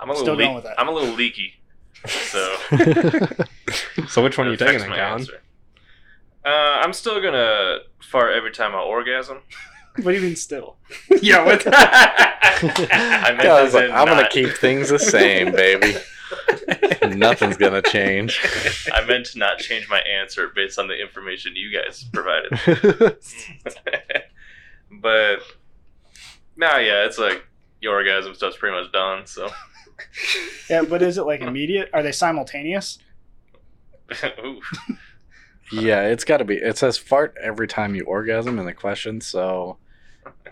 [SPEAKER 2] I'm a
[SPEAKER 4] Still
[SPEAKER 2] little
[SPEAKER 4] going
[SPEAKER 2] leak-
[SPEAKER 4] with that.
[SPEAKER 2] I'm a little leaky. So
[SPEAKER 3] So which one are you
[SPEAKER 2] It
[SPEAKER 3] taking,
[SPEAKER 2] affects
[SPEAKER 3] then,
[SPEAKER 2] my
[SPEAKER 3] Colin?
[SPEAKER 2] answer. Uh, I'm still gonna fart every time I orgasm.
[SPEAKER 4] What do you mean still?
[SPEAKER 3] yeah, what?
[SPEAKER 2] I meant
[SPEAKER 1] Yeah, I
[SPEAKER 2] as
[SPEAKER 1] was like,
[SPEAKER 2] in
[SPEAKER 1] I'm going to
[SPEAKER 2] not-
[SPEAKER 1] keep things the same, baby. Nothing's going to change.
[SPEAKER 2] I meant to not change my answer based on the information you guys provided. but now, yeah, it's like your orgasm stuff's pretty much done. So,
[SPEAKER 4] Yeah, but is it like immediate? Are they simultaneous?
[SPEAKER 2] Ooh.
[SPEAKER 1] yeah, it's got to be. It says fart every time you orgasm in the question, so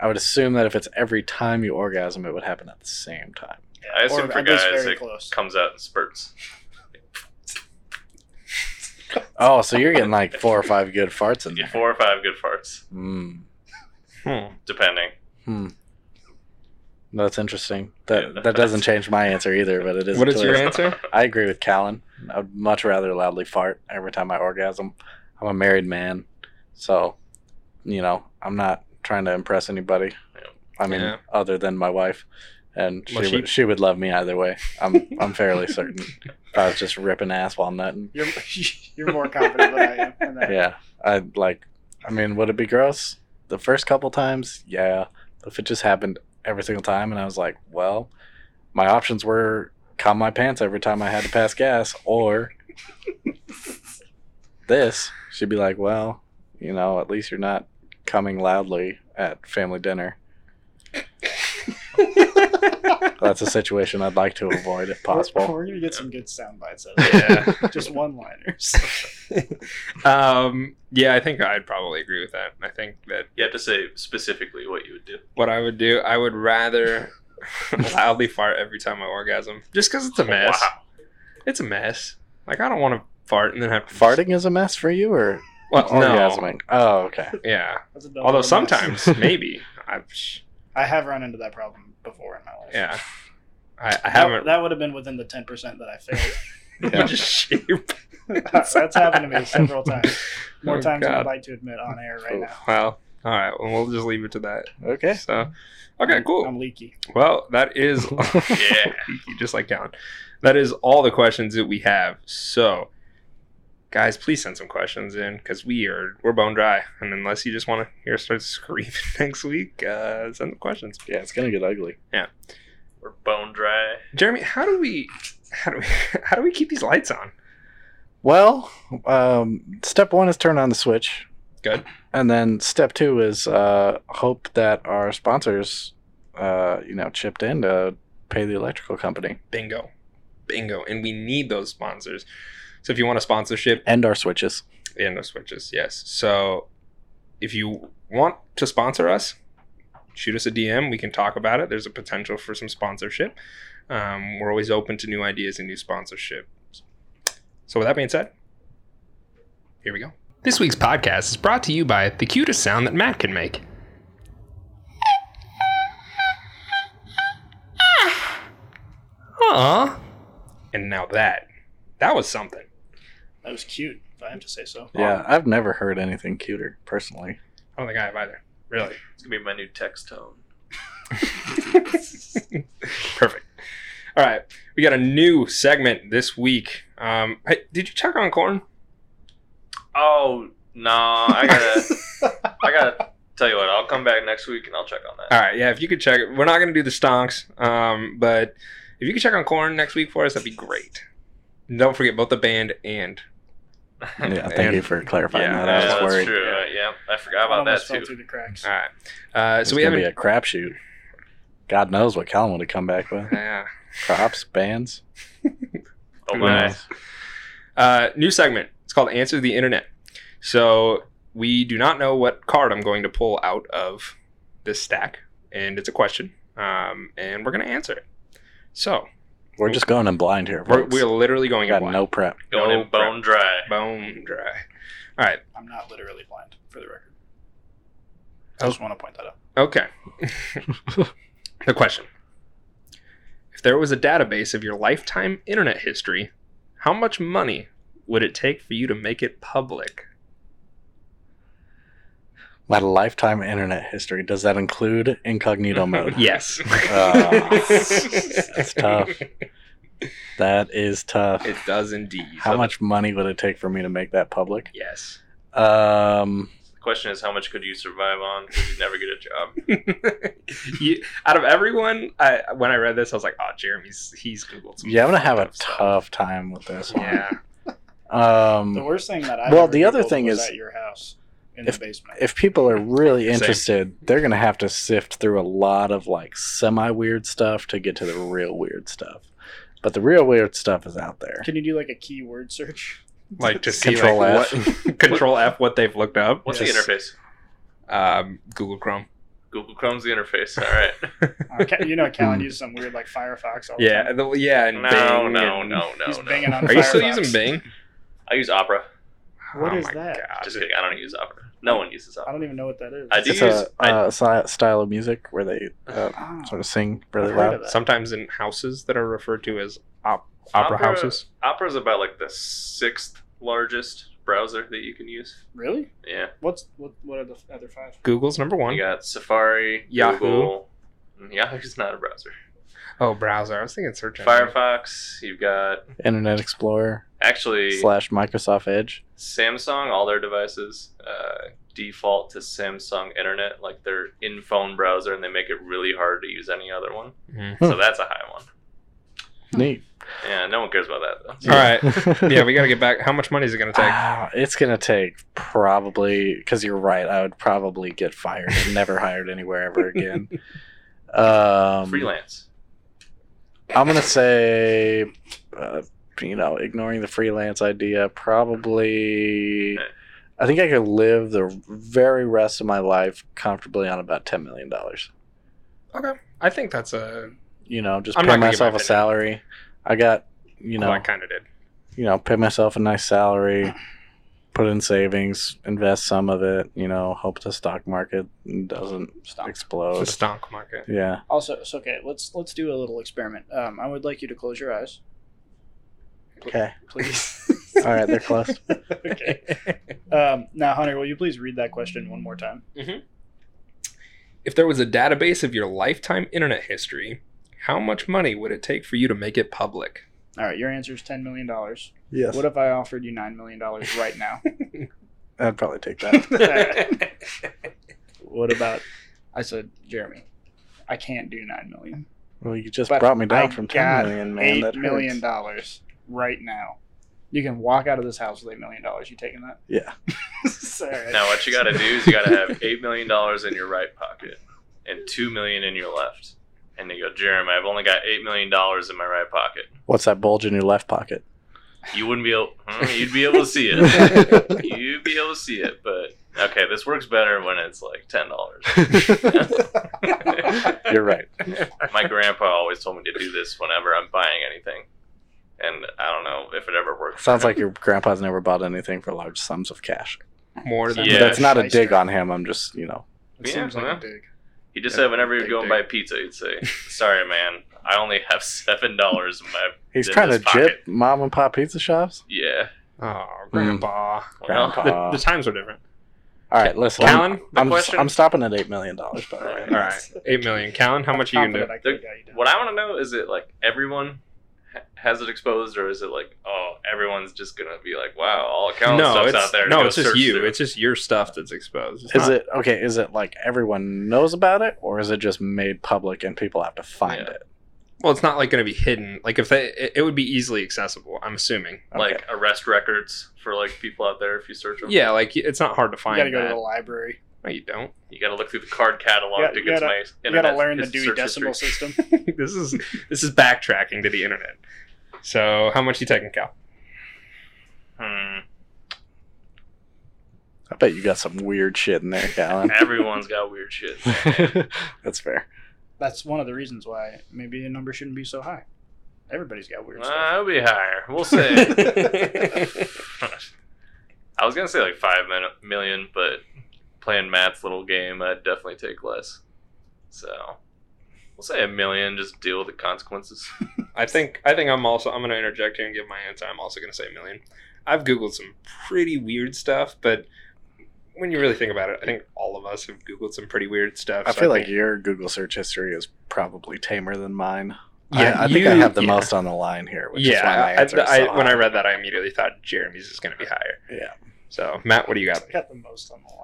[SPEAKER 1] I would assume that if it's every time you orgasm, it would happen at the same time.
[SPEAKER 2] I assume
[SPEAKER 4] or
[SPEAKER 2] for
[SPEAKER 4] at least
[SPEAKER 2] guys
[SPEAKER 4] very
[SPEAKER 2] it
[SPEAKER 4] close.
[SPEAKER 2] comes out in spurts.
[SPEAKER 1] Oh, so you're getting like four or five good farts in
[SPEAKER 2] You
[SPEAKER 1] there.
[SPEAKER 2] get four or five good farts,
[SPEAKER 1] Mm.
[SPEAKER 3] Hmm.
[SPEAKER 2] depending.
[SPEAKER 1] Hmm. That's interesting. That
[SPEAKER 2] Yeah.
[SPEAKER 1] that doesn't change my answer either, but it is.
[SPEAKER 3] What is your
[SPEAKER 1] interesting.
[SPEAKER 3] answer?
[SPEAKER 1] I agree with Callan. I'd much rather loudly fart every time I orgasm. I'm a married man, so you know I'm not trying to impress anybody.
[SPEAKER 2] Yeah.
[SPEAKER 1] I mean,
[SPEAKER 3] Yeah.
[SPEAKER 1] other than my wife, and
[SPEAKER 3] Well,
[SPEAKER 1] she,
[SPEAKER 3] she-
[SPEAKER 1] would she would love me either way. I'm I'm fairly certain. If I was just ripping ass while nutting,
[SPEAKER 4] You're you're more confident than I am. In that.
[SPEAKER 1] yeah, I would like. I mean, would it be gross the first couple times? Yeah. If it just happened every single time, and I was like, well, my options were calm my pants every time I had to pass gas, or this, she'd be like, well, you know, at least you're not coming loudly at family dinner. That's a situation I'd like to avoid if
[SPEAKER 4] We're,
[SPEAKER 1] possible.
[SPEAKER 4] we're gonna get some good sound bites out of it.
[SPEAKER 3] yeah.
[SPEAKER 4] Just one liners.
[SPEAKER 3] um. Yeah, I think I'd probably agree with that. I think that
[SPEAKER 2] You have to say specifically what you would do.
[SPEAKER 3] what I would do, I would rather loudly fart every time I orgasm, just because it's a mess.
[SPEAKER 2] Wow.
[SPEAKER 3] It's a mess. Like I don't want to fart and then have to
[SPEAKER 1] Farting is a mess for you, or
[SPEAKER 3] Well, no.
[SPEAKER 1] orgasming? Oh, okay.
[SPEAKER 3] Yeah.
[SPEAKER 4] That's a double
[SPEAKER 3] Although
[SPEAKER 4] mess.
[SPEAKER 3] sometimes maybe I,
[SPEAKER 4] I have run into that problem before in my life.
[SPEAKER 3] yeah, I, I
[SPEAKER 4] That-
[SPEAKER 3] haven't.
[SPEAKER 4] That, would have been within the ten percent that I failed.
[SPEAKER 1] Yeah.
[SPEAKER 3] just shit your
[SPEAKER 4] That's happened to me several times. More
[SPEAKER 3] Oh,
[SPEAKER 4] times than I'd
[SPEAKER 3] God.
[SPEAKER 4] like to admit on air right now.
[SPEAKER 3] Well, all right. Well, we'll just leave it to that.
[SPEAKER 1] Okay.
[SPEAKER 3] So, okay, cool.
[SPEAKER 4] I'm leaky.
[SPEAKER 3] Well, that is
[SPEAKER 2] Yeah.
[SPEAKER 3] just like Callan. That is all the questions that we have. So, guys, please send some questions in because we are we're bone dry. And unless you just want to hear us start screaming next week, uh, send some questions.
[SPEAKER 1] Yeah, it's gonna get ugly.
[SPEAKER 2] We're bone dry.
[SPEAKER 3] Jeremy, how do we how do we how do we keep these lights on?
[SPEAKER 1] Well, um, step one is turn on the switch.
[SPEAKER 3] Good.
[SPEAKER 1] And then step two is uh, hope that our sponsors, uh, you know, chipped in to pay the electrical company
[SPEAKER 3] Bingo, bingo. And we need those sponsors. So if you want a sponsorship,
[SPEAKER 1] and our switches.
[SPEAKER 3] And no switches, yes. So if you want to sponsor us, shoot us a DM. We can talk about it. There's a potential for some sponsorship. Um, we're always open to new ideas and new sponsorship. So with that being said, here we go. This week's podcast is brought to you by the cutest sound that Matt can make. Aww. And now that, that was something.
[SPEAKER 4] That was cute, if I have to say so.
[SPEAKER 1] Yeah, I've never heard anything cuter personally.
[SPEAKER 3] I don't think I have either. Really.
[SPEAKER 2] It's gonna be my new text tone.
[SPEAKER 3] Perfect. All right, we got a new segment this week. Um, hey, did you check on corn?
[SPEAKER 2] Oh no, I gotta I gotta tell you what, I'll come back next week and I'll check on that.
[SPEAKER 3] All right, yeah. If you could check, we're not gonna do the stonks, um, but if you could check on corn next week for us, that'd be great. And don't forget both the band and
[SPEAKER 1] Yeah, thank
[SPEAKER 3] And-
[SPEAKER 1] you for clarifying
[SPEAKER 3] yeah,
[SPEAKER 1] that. I
[SPEAKER 2] Yeah,
[SPEAKER 1] was
[SPEAKER 2] that's
[SPEAKER 1] worried.
[SPEAKER 2] true. Yeah. yeah, I forgot
[SPEAKER 4] I
[SPEAKER 2] about that
[SPEAKER 4] almost fell
[SPEAKER 2] too.
[SPEAKER 4] through the cracks.
[SPEAKER 3] all right. Uh,
[SPEAKER 1] It's
[SPEAKER 3] so we
[SPEAKER 1] gonna
[SPEAKER 3] haven't.
[SPEAKER 1] be a crapshoot. God knows what Colin would have come back with.
[SPEAKER 3] yeah.
[SPEAKER 1] Props, bands.
[SPEAKER 2] Oh
[SPEAKER 3] Who
[SPEAKER 2] my.
[SPEAKER 1] knows?
[SPEAKER 3] Uh, new segment. It's called Answer the Internet. So we do not know what card I'm going to pull out of this stack, and it's a question, um, and we're gonna answer it. So
[SPEAKER 1] We're just going in blind here.
[SPEAKER 3] we're,
[SPEAKER 1] folks.
[SPEAKER 3] we're literally
[SPEAKER 1] We
[SPEAKER 3] going
[SPEAKER 1] got
[SPEAKER 3] in blind.
[SPEAKER 1] no prep.
[SPEAKER 2] Going
[SPEAKER 3] No
[SPEAKER 2] in bone dry.
[SPEAKER 3] bone dry. All right.
[SPEAKER 4] I'm not literally blind, for the record.
[SPEAKER 1] Oh.
[SPEAKER 4] I just want to point that out.
[SPEAKER 3] Okay. the question. If there was a database of your lifetime internet history, how much money would it take for you to make it public?
[SPEAKER 1] My lifetime internet history. Does that include incognito mode?
[SPEAKER 3] Yes.
[SPEAKER 1] Ah. That's tough. That is tough.
[SPEAKER 3] It does indeed.
[SPEAKER 1] How much money would it take for me to make that public?
[SPEAKER 3] Yes.
[SPEAKER 1] Um,
[SPEAKER 2] The question is how much could you survive on? Because you'd never get a job.
[SPEAKER 3] You- out of everyone, I, when I read this, I was like, "Oh, Jeremy's he's googled." Some
[SPEAKER 1] yeah, I'm gonna have a
[SPEAKER 3] fucked up stuff."
[SPEAKER 1] tough time with this one.
[SPEAKER 3] Yeah.
[SPEAKER 4] The
[SPEAKER 1] Um,
[SPEAKER 4] worst thing that I
[SPEAKER 1] Well, the other thing is-
[SPEAKER 4] at your house in the basement.
[SPEAKER 1] if people are really
[SPEAKER 3] Same.
[SPEAKER 1] interested, they're gonna have to sift through a lot of like semi weird stuff to get to the real weird stuff. But the real weird stuff is out there.
[SPEAKER 4] Can you do like a keyword search?
[SPEAKER 3] Like to see
[SPEAKER 1] Control
[SPEAKER 3] like,
[SPEAKER 1] F.
[SPEAKER 3] what control F what they've looked up.
[SPEAKER 2] What's
[SPEAKER 1] Yes.
[SPEAKER 2] the interface?
[SPEAKER 3] Um, Google Chrome.
[SPEAKER 2] Google Chrome's the interface. All right.
[SPEAKER 4] Uh, Ca- you know, Callan uses some weird like Firefox. All the
[SPEAKER 3] Yeah,
[SPEAKER 4] time.
[SPEAKER 3] the, yeah, and
[SPEAKER 2] No,
[SPEAKER 3] Bing
[SPEAKER 2] no,
[SPEAKER 3] and-
[SPEAKER 2] no, no,
[SPEAKER 4] he's banging
[SPEAKER 2] no.
[SPEAKER 4] on.
[SPEAKER 3] Are you still
[SPEAKER 4] Firefox.
[SPEAKER 3] using Bing?
[SPEAKER 2] I use Opera.
[SPEAKER 4] What
[SPEAKER 3] oh
[SPEAKER 4] is
[SPEAKER 3] my
[SPEAKER 4] that?
[SPEAKER 3] God.
[SPEAKER 2] Just kidding. I don't use Opera. No one uses
[SPEAKER 4] I
[SPEAKER 2] Opera.
[SPEAKER 4] don't even know what that is.
[SPEAKER 2] I do
[SPEAKER 1] It's
[SPEAKER 2] use.
[SPEAKER 1] a
[SPEAKER 2] I,
[SPEAKER 1] uh, si- style of music where they uh,
[SPEAKER 4] Oh,
[SPEAKER 1] sort of sing really
[SPEAKER 4] I've heard
[SPEAKER 1] loud.
[SPEAKER 4] of that.
[SPEAKER 3] Sometimes in houses that are referred to as op- opera,
[SPEAKER 2] Opera-
[SPEAKER 3] houses.
[SPEAKER 2] Opera's about like the sixth largest browser that you can use.
[SPEAKER 4] Really?
[SPEAKER 2] Yeah.
[SPEAKER 4] What's what? What are the other five?
[SPEAKER 3] Google's number one.
[SPEAKER 2] You got Safari,
[SPEAKER 3] Yahoo.
[SPEAKER 2] Google. Mm, Yahoo's not a browser.
[SPEAKER 3] Oh, browser. I was thinking search engine.
[SPEAKER 2] Firefox. You've got
[SPEAKER 1] Internet Explorer
[SPEAKER 2] actually
[SPEAKER 1] slash Microsoft Edge.
[SPEAKER 2] Samsung. All their devices uh, default to Samsung Internet, like their in-phone browser, and they make it really hard to use any other one.
[SPEAKER 3] Mhm.
[SPEAKER 1] Hmm.
[SPEAKER 2] So that's a high one.
[SPEAKER 4] Hmm.
[SPEAKER 1] Neat.
[SPEAKER 2] Yeah. No one cares about that though.
[SPEAKER 3] All right. Yeah, we got to get back. How much money is it going to take?
[SPEAKER 1] Ah, it's gonna take probably because you're right. I would probably get fired and never hired anywhere ever again. Um,
[SPEAKER 2] Freelance.
[SPEAKER 1] I'm gonna say, uh, you know, ignoring the freelance idea, probably. I think I could live the very rest of my life comfortably on about ten million dollars.
[SPEAKER 3] Okay. I think that's a.
[SPEAKER 1] You know, just
[SPEAKER 3] I'm
[SPEAKER 1] pay
[SPEAKER 3] not gonna give my
[SPEAKER 1] myself a
[SPEAKER 3] opinion.
[SPEAKER 1] salary. I got, you know,
[SPEAKER 3] well, I kind of did.
[SPEAKER 1] you know, pay myself a nice salary, put in savings, invest some of it, you know, hope the stock market doesn't
[SPEAKER 4] Stop.
[SPEAKER 3] The
[SPEAKER 1] explode.
[SPEAKER 3] stock market.
[SPEAKER 1] Yeah.
[SPEAKER 4] Also, so okay, let's let's do a little experiment. Um, I would like you to close your eyes
[SPEAKER 1] Okay.
[SPEAKER 4] please.
[SPEAKER 1] All right, they're close.
[SPEAKER 4] okay. Um, now, Hunter, will you please read that question one more time?
[SPEAKER 3] if there was a database of your lifetime internet history, how much money would it take for you to make it public?
[SPEAKER 4] All right, your answer is ten million dollars.
[SPEAKER 1] Yes.
[SPEAKER 4] What if I offered you nine million dollars right now?
[SPEAKER 1] I'd probably take that.
[SPEAKER 4] what about? I said, Jeremy, I can't do nine million.
[SPEAKER 1] Well, you just
[SPEAKER 4] But
[SPEAKER 1] brought me down
[SPEAKER 4] I
[SPEAKER 1] from
[SPEAKER 4] got
[SPEAKER 1] ten million, man.
[SPEAKER 4] Eight
[SPEAKER 1] that
[SPEAKER 4] million
[SPEAKER 1] hurts.
[SPEAKER 4] dollars right now. You can walk out of this house with eight million dollars. You taking that?
[SPEAKER 1] Yeah.
[SPEAKER 4] All right.
[SPEAKER 2] Now what you got to do is you got to have eight million dollars in your right pocket and two million in your left, and you go, Jeremy, I've only got eight million dollars in my right pocket.
[SPEAKER 1] What's that bulge in your left pocket?
[SPEAKER 2] You wouldn't be able, hmm, you'd be able to see it.
[SPEAKER 1] All
[SPEAKER 2] You'd be able to see it, but okay, this works better when it's like ten dollars.
[SPEAKER 1] You're right.
[SPEAKER 2] My grandpa always told me to do this whenever I'm buying anything, and I don't know if it ever worked. for
[SPEAKER 1] Sounds
[SPEAKER 2] him.
[SPEAKER 1] like your grandpa's never bought anything for large sums of cash.
[SPEAKER 3] More than
[SPEAKER 2] Yeah.
[SPEAKER 1] That's not a
[SPEAKER 4] Shyster.
[SPEAKER 1] dig on him. I'm just, you know,
[SPEAKER 4] It
[SPEAKER 2] Yeah,
[SPEAKER 4] seems like
[SPEAKER 2] well.
[SPEAKER 4] a dig.
[SPEAKER 2] He just
[SPEAKER 4] Yeah,
[SPEAKER 2] said whenever you
[SPEAKER 4] big
[SPEAKER 2] go and
[SPEAKER 4] dick.
[SPEAKER 2] buy pizza, he'd say, "Sorry, man, I only have seven dollars in my
[SPEAKER 1] he's
[SPEAKER 2] In
[SPEAKER 1] trying to
[SPEAKER 2] his pocket.
[SPEAKER 1] jip mom and pop pizza shops.
[SPEAKER 2] yeah."
[SPEAKER 3] Oh, grandpa.
[SPEAKER 2] Well,
[SPEAKER 1] Grandpa.
[SPEAKER 3] The, the times are different.
[SPEAKER 1] All right, listen. I'm,
[SPEAKER 3] Callan,
[SPEAKER 2] The
[SPEAKER 1] I'm,
[SPEAKER 2] question-
[SPEAKER 1] I'm stopping at eight million dollars. By the way.
[SPEAKER 2] All
[SPEAKER 3] all right, eight million. Callan, how much are you gonna
[SPEAKER 4] Confident I could have got you down.
[SPEAKER 2] What I want to know is it like everyone ha- has it exposed, or is it like oh everyone's just gonna be like wow all
[SPEAKER 3] do?
[SPEAKER 2] account
[SPEAKER 3] No,
[SPEAKER 2] stuff's
[SPEAKER 3] it's
[SPEAKER 2] out there? to
[SPEAKER 3] no,
[SPEAKER 2] go
[SPEAKER 3] it's just
[SPEAKER 2] search
[SPEAKER 3] you.
[SPEAKER 2] through."
[SPEAKER 3] It's just your stuff that's exposed. It's
[SPEAKER 1] Is
[SPEAKER 3] not-
[SPEAKER 1] it okay? Is it like everyone knows about it, or is it just made public and people have to find
[SPEAKER 2] Yeah.
[SPEAKER 1] it?
[SPEAKER 3] Well, it's not like going to be hidden. Like if they, it, it would be easily accessible. I'm assuming.
[SPEAKER 2] like arrest records for like people out there if you search them.
[SPEAKER 3] Yeah, like it's not hard to
[SPEAKER 4] you
[SPEAKER 3] find.
[SPEAKER 4] gotta go
[SPEAKER 3] that.
[SPEAKER 4] to the library.
[SPEAKER 3] no, you don't.
[SPEAKER 2] you got to look through the card catalog
[SPEAKER 4] Yeah,
[SPEAKER 2] to
[SPEAKER 4] you gotta-
[SPEAKER 2] get to my
[SPEAKER 4] You
[SPEAKER 2] internet
[SPEAKER 4] gotta learn the
[SPEAKER 2] his-
[SPEAKER 4] Dewey
[SPEAKER 2] search
[SPEAKER 4] Decimal
[SPEAKER 2] history.
[SPEAKER 4] System.
[SPEAKER 3] this is this is backtracking to the internet. So, how much you taking, Cal?
[SPEAKER 2] Hmm.
[SPEAKER 1] I bet you got some weird shit in there, Callan.
[SPEAKER 2] Everyone's got weird shit.
[SPEAKER 1] That's fair.
[SPEAKER 4] That's one of the reasons why maybe the number shouldn't be so high. Everybody's got weird stuff.
[SPEAKER 2] I'll be higher. We'll see. I was gonna say like five min- million, but playing Matt's little game, I'd definitely take less. So we'll say a million. Just deal with the consequences.
[SPEAKER 3] I think I think I'm also I'm going to interject here and give my answer. I'm also going to say a million. I've googled some pretty weird stuff, but when you really think about it, I think all of us have googled some pretty weird stuff.
[SPEAKER 1] I
[SPEAKER 3] so
[SPEAKER 1] feel like
[SPEAKER 3] think-
[SPEAKER 1] your Google search history is probably tamer than mine.
[SPEAKER 3] Yeah,
[SPEAKER 1] I, I think I
[SPEAKER 3] you-
[SPEAKER 1] have the
[SPEAKER 3] yeah.
[SPEAKER 1] most on the line here, which is why my
[SPEAKER 3] yeah,
[SPEAKER 1] answer
[SPEAKER 3] I,
[SPEAKER 1] is so
[SPEAKER 3] I, when I
[SPEAKER 1] high.
[SPEAKER 3] read that, I immediately thought Jeremy's is going to be higher.
[SPEAKER 1] Yeah.
[SPEAKER 3] So, Matt, what do you got?
[SPEAKER 4] It's got the most on the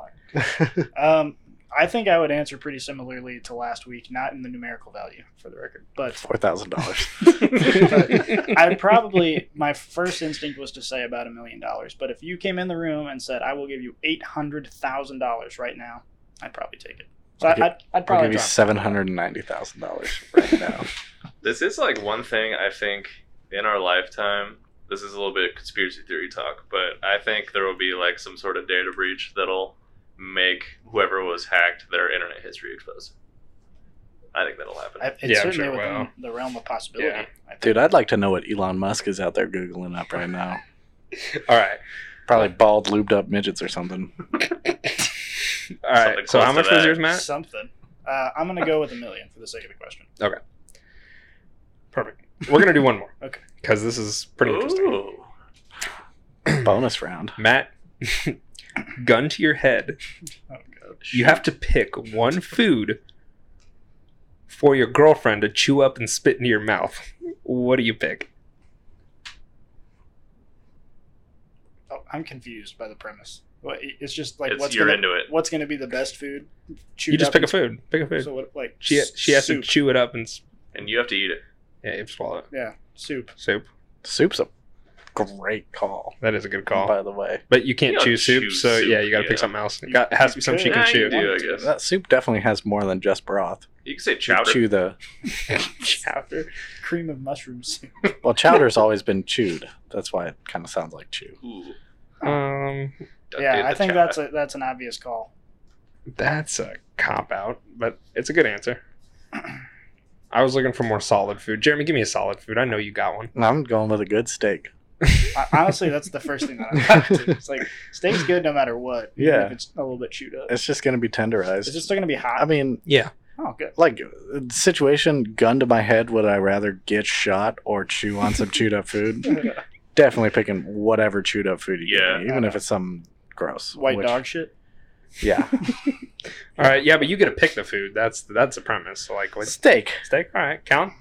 [SPEAKER 4] line. um, I think I would answer pretty similarly to last week, not in the numerical value for the record, but
[SPEAKER 1] Four thousand dollars.
[SPEAKER 4] I would probably my first instinct was to say about a million dollars. But if you came in the room and said, "I will give you eight hundred thousand dollars right now," I'd probably take it. So
[SPEAKER 1] I'll
[SPEAKER 4] I'd,
[SPEAKER 1] give-
[SPEAKER 4] I'd, I'd
[SPEAKER 1] I'll
[SPEAKER 4] probably
[SPEAKER 1] give you
[SPEAKER 4] drop it.
[SPEAKER 1] seven hundred and ninety thousand dollars right now.
[SPEAKER 2] This is like one thing I think in our lifetime. This is a little bit of conspiracy theory talk, but I think there will be like some sort of data breach that'll make whoever was hacked their internet history exposed. I think that'll happen.
[SPEAKER 4] I- It's
[SPEAKER 3] Yeah, I'm
[SPEAKER 4] certainly
[SPEAKER 3] sure it
[SPEAKER 4] within
[SPEAKER 3] will.
[SPEAKER 4] the realm of possibility.
[SPEAKER 3] Yeah.
[SPEAKER 4] I think.
[SPEAKER 1] Dude, I'd like to know what Elon Musk is out there googling up right now.
[SPEAKER 3] all right.
[SPEAKER 1] Probably bald, lubed up midgets or something.
[SPEAKER 3] All right.
[SPEAKER 2] Something
[SPEAKER 3] so, how
[SPEAKER 2] close to
[SPEAKER 3] much was
[SPEAKER 2] that.
[SPEAKER 3] yours, Matt?
[SPEAKER 4] Something. Uh, I'm gonna go with a million for the sake of the question.
[SPEAKER 3] Perfect. We're going to do one more.
[SPEAKER 4] Okay.
[SPEAKER 3] Because this is pretty interesting.
[SPEAKER 2] Ooh.
[SPEAKER 1] Bonus round.
[SPEAKER 3] Matt, gun to your head.
[SPEAKER 4] Oh god.
[SPEAKER 3] You have to pick one food for your girlfriend to chew up and spit into your mouth. What do you pick?
[SPEAKER 4] Oh, I'm confused by the premise. What, it's just like
[SPEAKER 2] It's,
[SPEAKER 4] what's
[SPEAKER 2] you're
[SPEAKER 4] gonna,
[SPEAKER 2] into it.
[SPEAKER 4] what's gonna be the best food? Chewed
[SPEAKER 3] you just
[SPEAKER 4] up
[SPEAKER 3] pick a
[SPEAKER 4] and-
[SPEAKER 3] food. Pick a food.
[SPEAKER 4] So what, like
[SPEAKER 3] she she has
[SPEAKER 4] soup.
[SPEAKER 3] to chew it up and s-
[SPEAKER 2] And you have to eat it.
[SPEAKER 3] yeah, you have to swallow it.
[SPEAKER 4] yeah, soup.
[SPEAKER 3] Soup.
[SPEAKER 1] Soup's a great call,
[SPEAKER 3] That is a good call.
[SPEAKER 1] by the way.
[SPEAKER 3] but you can't
[SPEAKER 2] You don't
[SPEAKER 3] choose soup,
[SPEAKER 2] choose
[SPEAKER 3] so
[SPEAKER 2] soup,
[SPEAKER 3] yeah, you gotta pick
[SPEAKER 2] yeah.
[SPEAKER 3] something else. It got, it has to be something she
[SPEAKER 4] You
[SPEAKER 3] can
[SPEAKER 2] Yeah,
[SPEAKER 3] chew.
[SPEAKER 2] you do, I guess.
[SPEAKER 1] That soup definitely has more than just broth.
[SPEAKER 2] You can say
[SPEAKER 1] You
[SPEAKER 2] chowder.
[SPEAKER 1] chew the
[SPEAKER 3] Chowder.
[SPEAKER 4] Cream of mushroom soup.
[SPEAKER 1] well, chowder's always been chewed. That's why it kind of sounds like chew.
[SPEAKER 2] Ooh.
[SPEAKER 3] Um,
[SPEAKER 4] yeah,
[SPEAKER 2] Dude,
[SPEAKER 4] I
[SPEAKER 2] the
[SPEAKER 4] think
[SPEAKER 2] chowder.
[SPEAKER 4] that's a that's an obvious call.
[SPEAKER 3] that's a cop out, but it's a good answer. I was looking for more solid food. Jeremy, give me a solid food. I know you got one.
[SPEAKER 1] And I'm going with a good steak.
[SPEAKER 4] I, honestly, that's the first thing that I thought. too. It's like steak's good no matter what. even
[SPEAKER 1] Yeah.
[SPEAKER 4] if it's a little bit chewed up.
[SPEAKER 1] It's just going to be tenderized.
[SPEAKER 4] Is it still gonna be hot?
[SPEAKER 1] I mean,
[SPEAKER 3] Yeah.
[SPEAKER 4] oh, good.
[SPEAKER 1] like situation gun to my head would i rather get shot or chew on some chewed up food definitely picking whatever chewed up food you
[SPEAKER 2] Yeah.
[SPEAKER 1] give me, even if it's some gross
[SPEAKER 4] White
[SPEAKER 1] which-
[SPEAKER 4] dog shit.
[SPEAKER 1] Yeah,
[SPEAKER 3] All right, yeah, but you get to pick the food. That's that's the premise. So like, what's
[SPEAKER 1] steak.
[SPEAKER 3] steak? All right, Callan.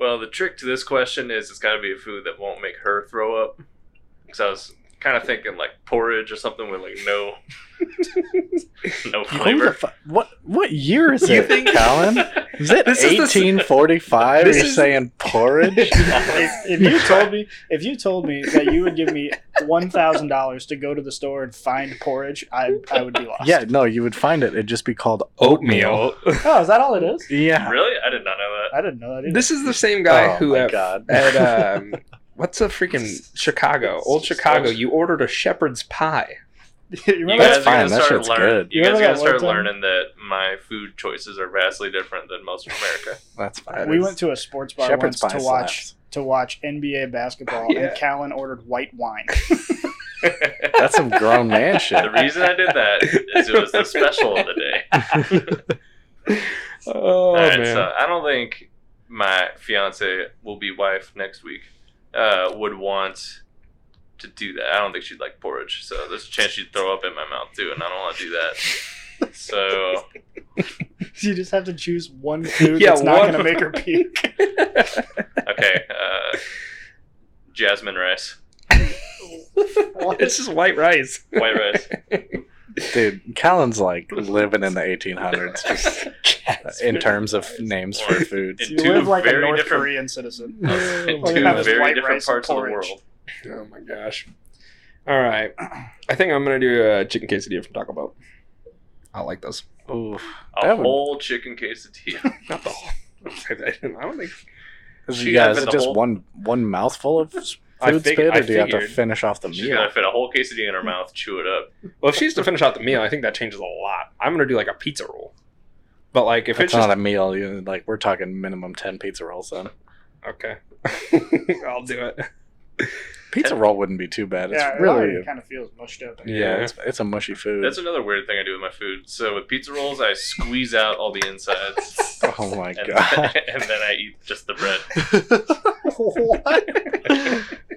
[SPEAKER 2] Well, the trick to this question is it's got to be a food that won't make her throw up. Because I was kind of thinking like porridge or something with like no, no
[SPEAKER 1] Who the
[SPEAKER 2] flavor.
[SPEAKER 1] fu- what what year is
[SPEAKER 3] You
[SPEAKER 1] it, Colin? Is it
[SPEAKER 3] This is the s-
[SPEAKER 1] 1845?
[SPEAKER 3] This
[SPEAKER 1] You're
[SPEAKER 3] is-
[SPEAKER 1] saying porridge?
[SPEAKER 4] If, if you told me, if you told me that you would give me one thousand dollars to go to the store and find porridge, I I would be lost.
[SPEAKER 1] yeah, no, you would find it. It'd just be called oatmeal.
[SPEAKER 4] Oh, is that all it is?
[SPEAKER 1] Yeah.
[SPEAKER 2] really? I did not know that.
[SPEAKER 4] I didn't know that. Either.
[SPEAKER 3] This is the same guy
[SPEAKER 1] Oh
[SPEAKER 3] who
[SPEAKER 1] my
[SPEAKER 3] at,
[SPEAKER 1] God.
[SPEAKER 3] at um, what's a freaking Chicago, old Chicago? You ordered a shepherd's pie.
[SPEAKER 4] you
[SPEAKER 2] You
[SPEAKER 4] remember
[SPEAKER 1] That's
[SPEAKER 2] guys
[SPEAKER 4] that?
[SPEAKER 1] fine,
[SPEAKER 2] are gonna
[SPEAKER 1] that
[SPEAKER 2] start
[SPEAKER 1] shit's
[SPEAKER 2] learning.
[SPEAKER 1] good.
[SPEAKER 2] You
[SPEAKER 4] You
[SPEAKER 2] guys are
[SPEAKER 4] remember
[SPEAKER 2] gonna
[SPEAKER 4] that one
[SPEAKER 2] start
[SPEAKER 4] time-
[SPEAKER 2] learning that my food choices are vastly different than most of America.
[SPEAKER 1] That's fine.
[SPEAKER 4] we went to a sports bar
[SPEAKER 1] Shepherd's
[SPEAKER 4] once
[SPEAKER 1] pie
[SPEAKER 4] to watch
[SPEAKER 1] slaps.
[SPEAKER 4] to watch NBA basketball,
[SPEAKER 3] Yeah.
[SPEAKER 4] and Callan ordered white wine.
[SPEAKER 1] That's some grown man shit.
[SPEAKER 2] the reason I did that is it was the special of the day.
[SPEAKER 3] Oh
[SPEAKER 2] All right,
[SPEAKER 3] man,
[SPEAKER 1] uh,
[SPEAKER 2] so I don't think my fiance will be wife next week uh, would want to do that. I don't think she'd like porridge, so there's a chance she'd throw up in my mouth too, and I don't want to do that. So
[SPEAKER 4] you just have to choose one food
[SPEAKER 3] Yeah,
[SPEAKER 4] that's not
[SPEAKER 3] one-
[SPEAKER 4] going to make her puke.
[SPEAKER 2] okay, uh, jasmine rice,
[SPEAKER 3] it's just white rice.
[SPEAKER 2] white rice. uh,
[SPEAKER 1] Dude, Colin's like living in the 1800s just in terms of names for food.
[SPEAKER 2] In
[SPEAKER 4] You
[SPEAKER 2] two
[SPEAKER 4] live like a
[SPEAKER 2] very
[SPEAKER 4] North
[SPEAKER 2] different-
[SPEAKER 4] Korean citizen.
[SPEAKER 2] In
[SPEAKER 4] Well,
[SPEAKER 2] two
[SPEAKER 4] yeah, it's
[SPEAKER 2] very
[SPEAKER 4] white
[SPEAKER 2] different
[SPEAKER 4] rice and
[SPEAKER 2] parts of the
[SPEAKER 4] porridge.
[SPEAKER 2] world.
[SPEAKER 3] Oh my gosh. All right, I think I'm gonna do a chicken quesadilla from Taco Bell. I like those.
[SPEAKER 1] Oof.
[SPEAKER 2] A
[SPEAKER 1] That would-
[SPEAKER 2] whole chicken quesadilla.
[SPEAKER 3] Not the whole. I don't think.
[SPEAKER 1] Is,
[SPEAKER 2] She
[SPEAKER 1] you guys, is
[SPEAKER 2] having
[SPEAKER 1] it
[SPEAKER 2] the
[SPEAKER 1] just
[SPEAKER 2] whole-
[SPEAKER 1] one one mouthful of s-
[SPEAKER 3] I
[SPEAKER 1] food
[SPEAKER 3] fig-
[SPEAKER 1] spit,
[SPEAKER 3] I
[SPEAKER 1] or do you have to
[SPEAKER 3] figured.
[SPEAKER 1] finish off the
[SPEAKER 2] She's
[SPEAKER 1] meal?
[SPEAKER 2] gonna fit a whole quesadilla in her mouth, chew it up.
[SPEAKER 3] Well, if she's to finish out the meal, I think that changes a lot. I'm gonna do like a pizza roll. But like if
[SPEAKER 1] That's
[SPEAKER 3] it's
[SPEAKER 1] not
[SPEAKER 3] just
[SPEAKER 1] a meal. You like we're talking minimum ten pizza rolls. Then
[SPEAKER 3] okay, I'll do it.
[SPEAKER 1] pizza roll wouldn't be too bad. It's
[SPEAKER 4] yeah, it
[SPEAKER 1] really
[SPEAKER 4] kind of feels mushed up.
[SPEAKER 1] yeah,
[SPEAKER 3] Yeah.
[SPEAKER 1] It's, it's a mushy food.
[SPEAKER 2] That's another weird thing I do with my food. So with pizza rolls, I squeeze out all the insides.
[SPEAKER 1] oh my
[SPEAKER 2] and,
[SPEAKER 1] god,
[SPEAKER 2] and then I eat just the bread.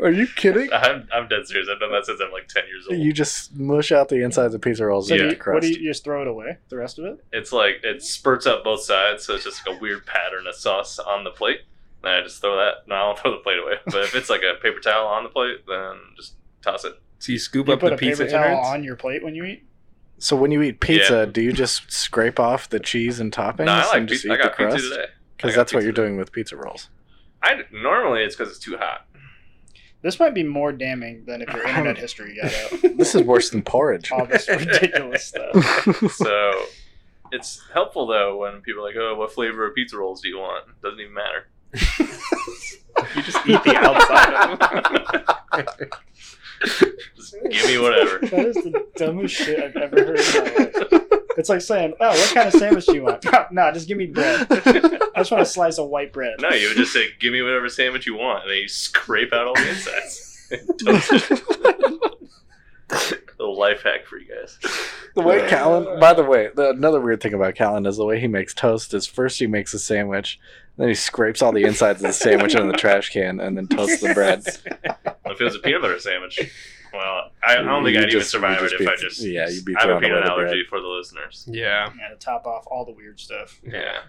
[SPEAKER 1] are you kidding?
[SPEAKER 2] I'm, I'm dead serious. I've done that since I'm like 10 years old.
[SPEAKER 1] You just mush out the insides of pizza rolls
[SPEAKER 4] So
[SPEAKER 1] and
[SPEAKER 2] Yeah.
[SPEAKER 1] eat
[SPEAKER 4] do
[SPEAKER 1] the
[SPEAKER 4] you, what
[SPEAKER 1] crust.
[SPEAKER 4] do you, you just throw it away? The rest of it?
[SPEAKER 2] It's like it spurts up both sides, so it's just like a weird pattern of sauce on the plate. And I just throw that. No, I don't throw the plate away. But if it's like a paper towel on the plate, then just toss it.
[SPEAKER 3] So you scoop
[SPEAKER 4] You
[SPEAKER 3] up
[SPEAKER 4] put
[SPEAKER 3] the
[SPEAKER 4] a
[SPEAKER 3] pizza
[SPEAKER 4] paper towel
[SPEAKER 3] innards.
[SPEAKER 4] on your plate when you eat.
[SPEAKER 1] so when you eat pizza, do you just scrape off the cheese and toppings
[SPEAKER 2] No, I like
[SPEAKER 1] and just
[SPEAKER 2] pizza. I
[SPEAKER 1] eat the
[SPEAKER 2] got pizza
[SPEAKER 1] crust?
[SPEAKER 2] today. I
[SPEAKER 1] Because
[SPEAKER 2] got
[SPEAKER 1] that's what
[SPEAKER 2] pizza
[SPEAKER 1] you're doing with pizza rolls.
[SPEAKER 2] I normally it's because it's too hot.
[SPEAKER 4] This might be more damning than if your internet history got out.
[SPEAKER 1] This is worse than porridge.
[SPEAKER 4] All this ridiculous stuff.
[SPEAKER 2] So it's helpful though when people are like, "Oh, what flavor of pizza rolls do you want?" doesn't even matter.
[SPEAKER 3] You just eat the outside. of them.
[SPEAKER 2] Just give me whatever.
[SPEAKER 4] That is the dumbest shit I've ever heard in my life. It's like saying, "Oh, what kind of sandwich do you want?" no, just give me bread. I just want a slice of white bread.
[SPEAKER 2] No, you would just say, "Give me whatever sandwich you want," and then you scrape out all the insides. Toast it. Little life hack for you guys.
[SPEAKER 1] The way Callan, by the way, the, another weird thing about Callan is the way he makes toast is first he makes a sandwich, then he scrapes all the insides of the sandwich into the trash can, and then toasts the bread.
[SPEAKER 2] If it was a peanut butter sandwich, well, I, I don't think
[SPEAKER 1] You
[SPEAKER 2] I'd even
[SPEAKER 1] just-
[SPEAKER 2] survive
[SPEAKER 1] you
[SPEAKER 2] it
[SPEAKER 1] just
[SPEAKER 2] if
[SPEAKER 1] be-
[SPEAKER 2] I just.
[SPEAKER 1] yeah, you'd be
[SPEAKER 2] I have a
[SPEAKER 1] throwing away
[SPEAKER 2] peanut
[SPEAKER 1] the bread.
[SPEAKER 2] allergy for the listeners.
[SPEAKER 3] Yeah.
[SPEAKER 4] Yeah, to top off all the weird stuff.
[SPEAKER 3] Yeah.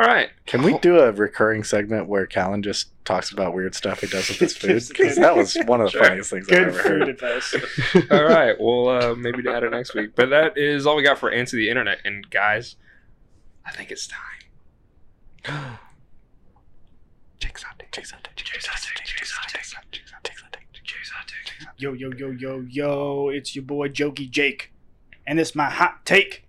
[SPEAKER 3] All right.
[SPEAKER 1] Can we do a recurring segment where Callan just talks about weird stuff he does with his food? Because that was one of the
[SPEAKER 2] Sure.
[SPEAKER 1] funniest things I've
[SPEAKER 4] Good
[SPEAKER 1] ever
[SPEAKER 4] food
[SPEAKER 1] heard.
[SPEAKER 4] advice.
[SPEAKER 3] All right. Well, uh, maybe to add it next week. But that is all we got for Answer the Internet. And guys, I think it's time. Jake's hot take. Jake's hot take. Jake's hot take. Jake's hot take. Jake's hot take. Jake's hot take.
[SPEAKER 4] Yo, yo, yo, yo, yo! It's your boy Jokey Jake, and this my hot take.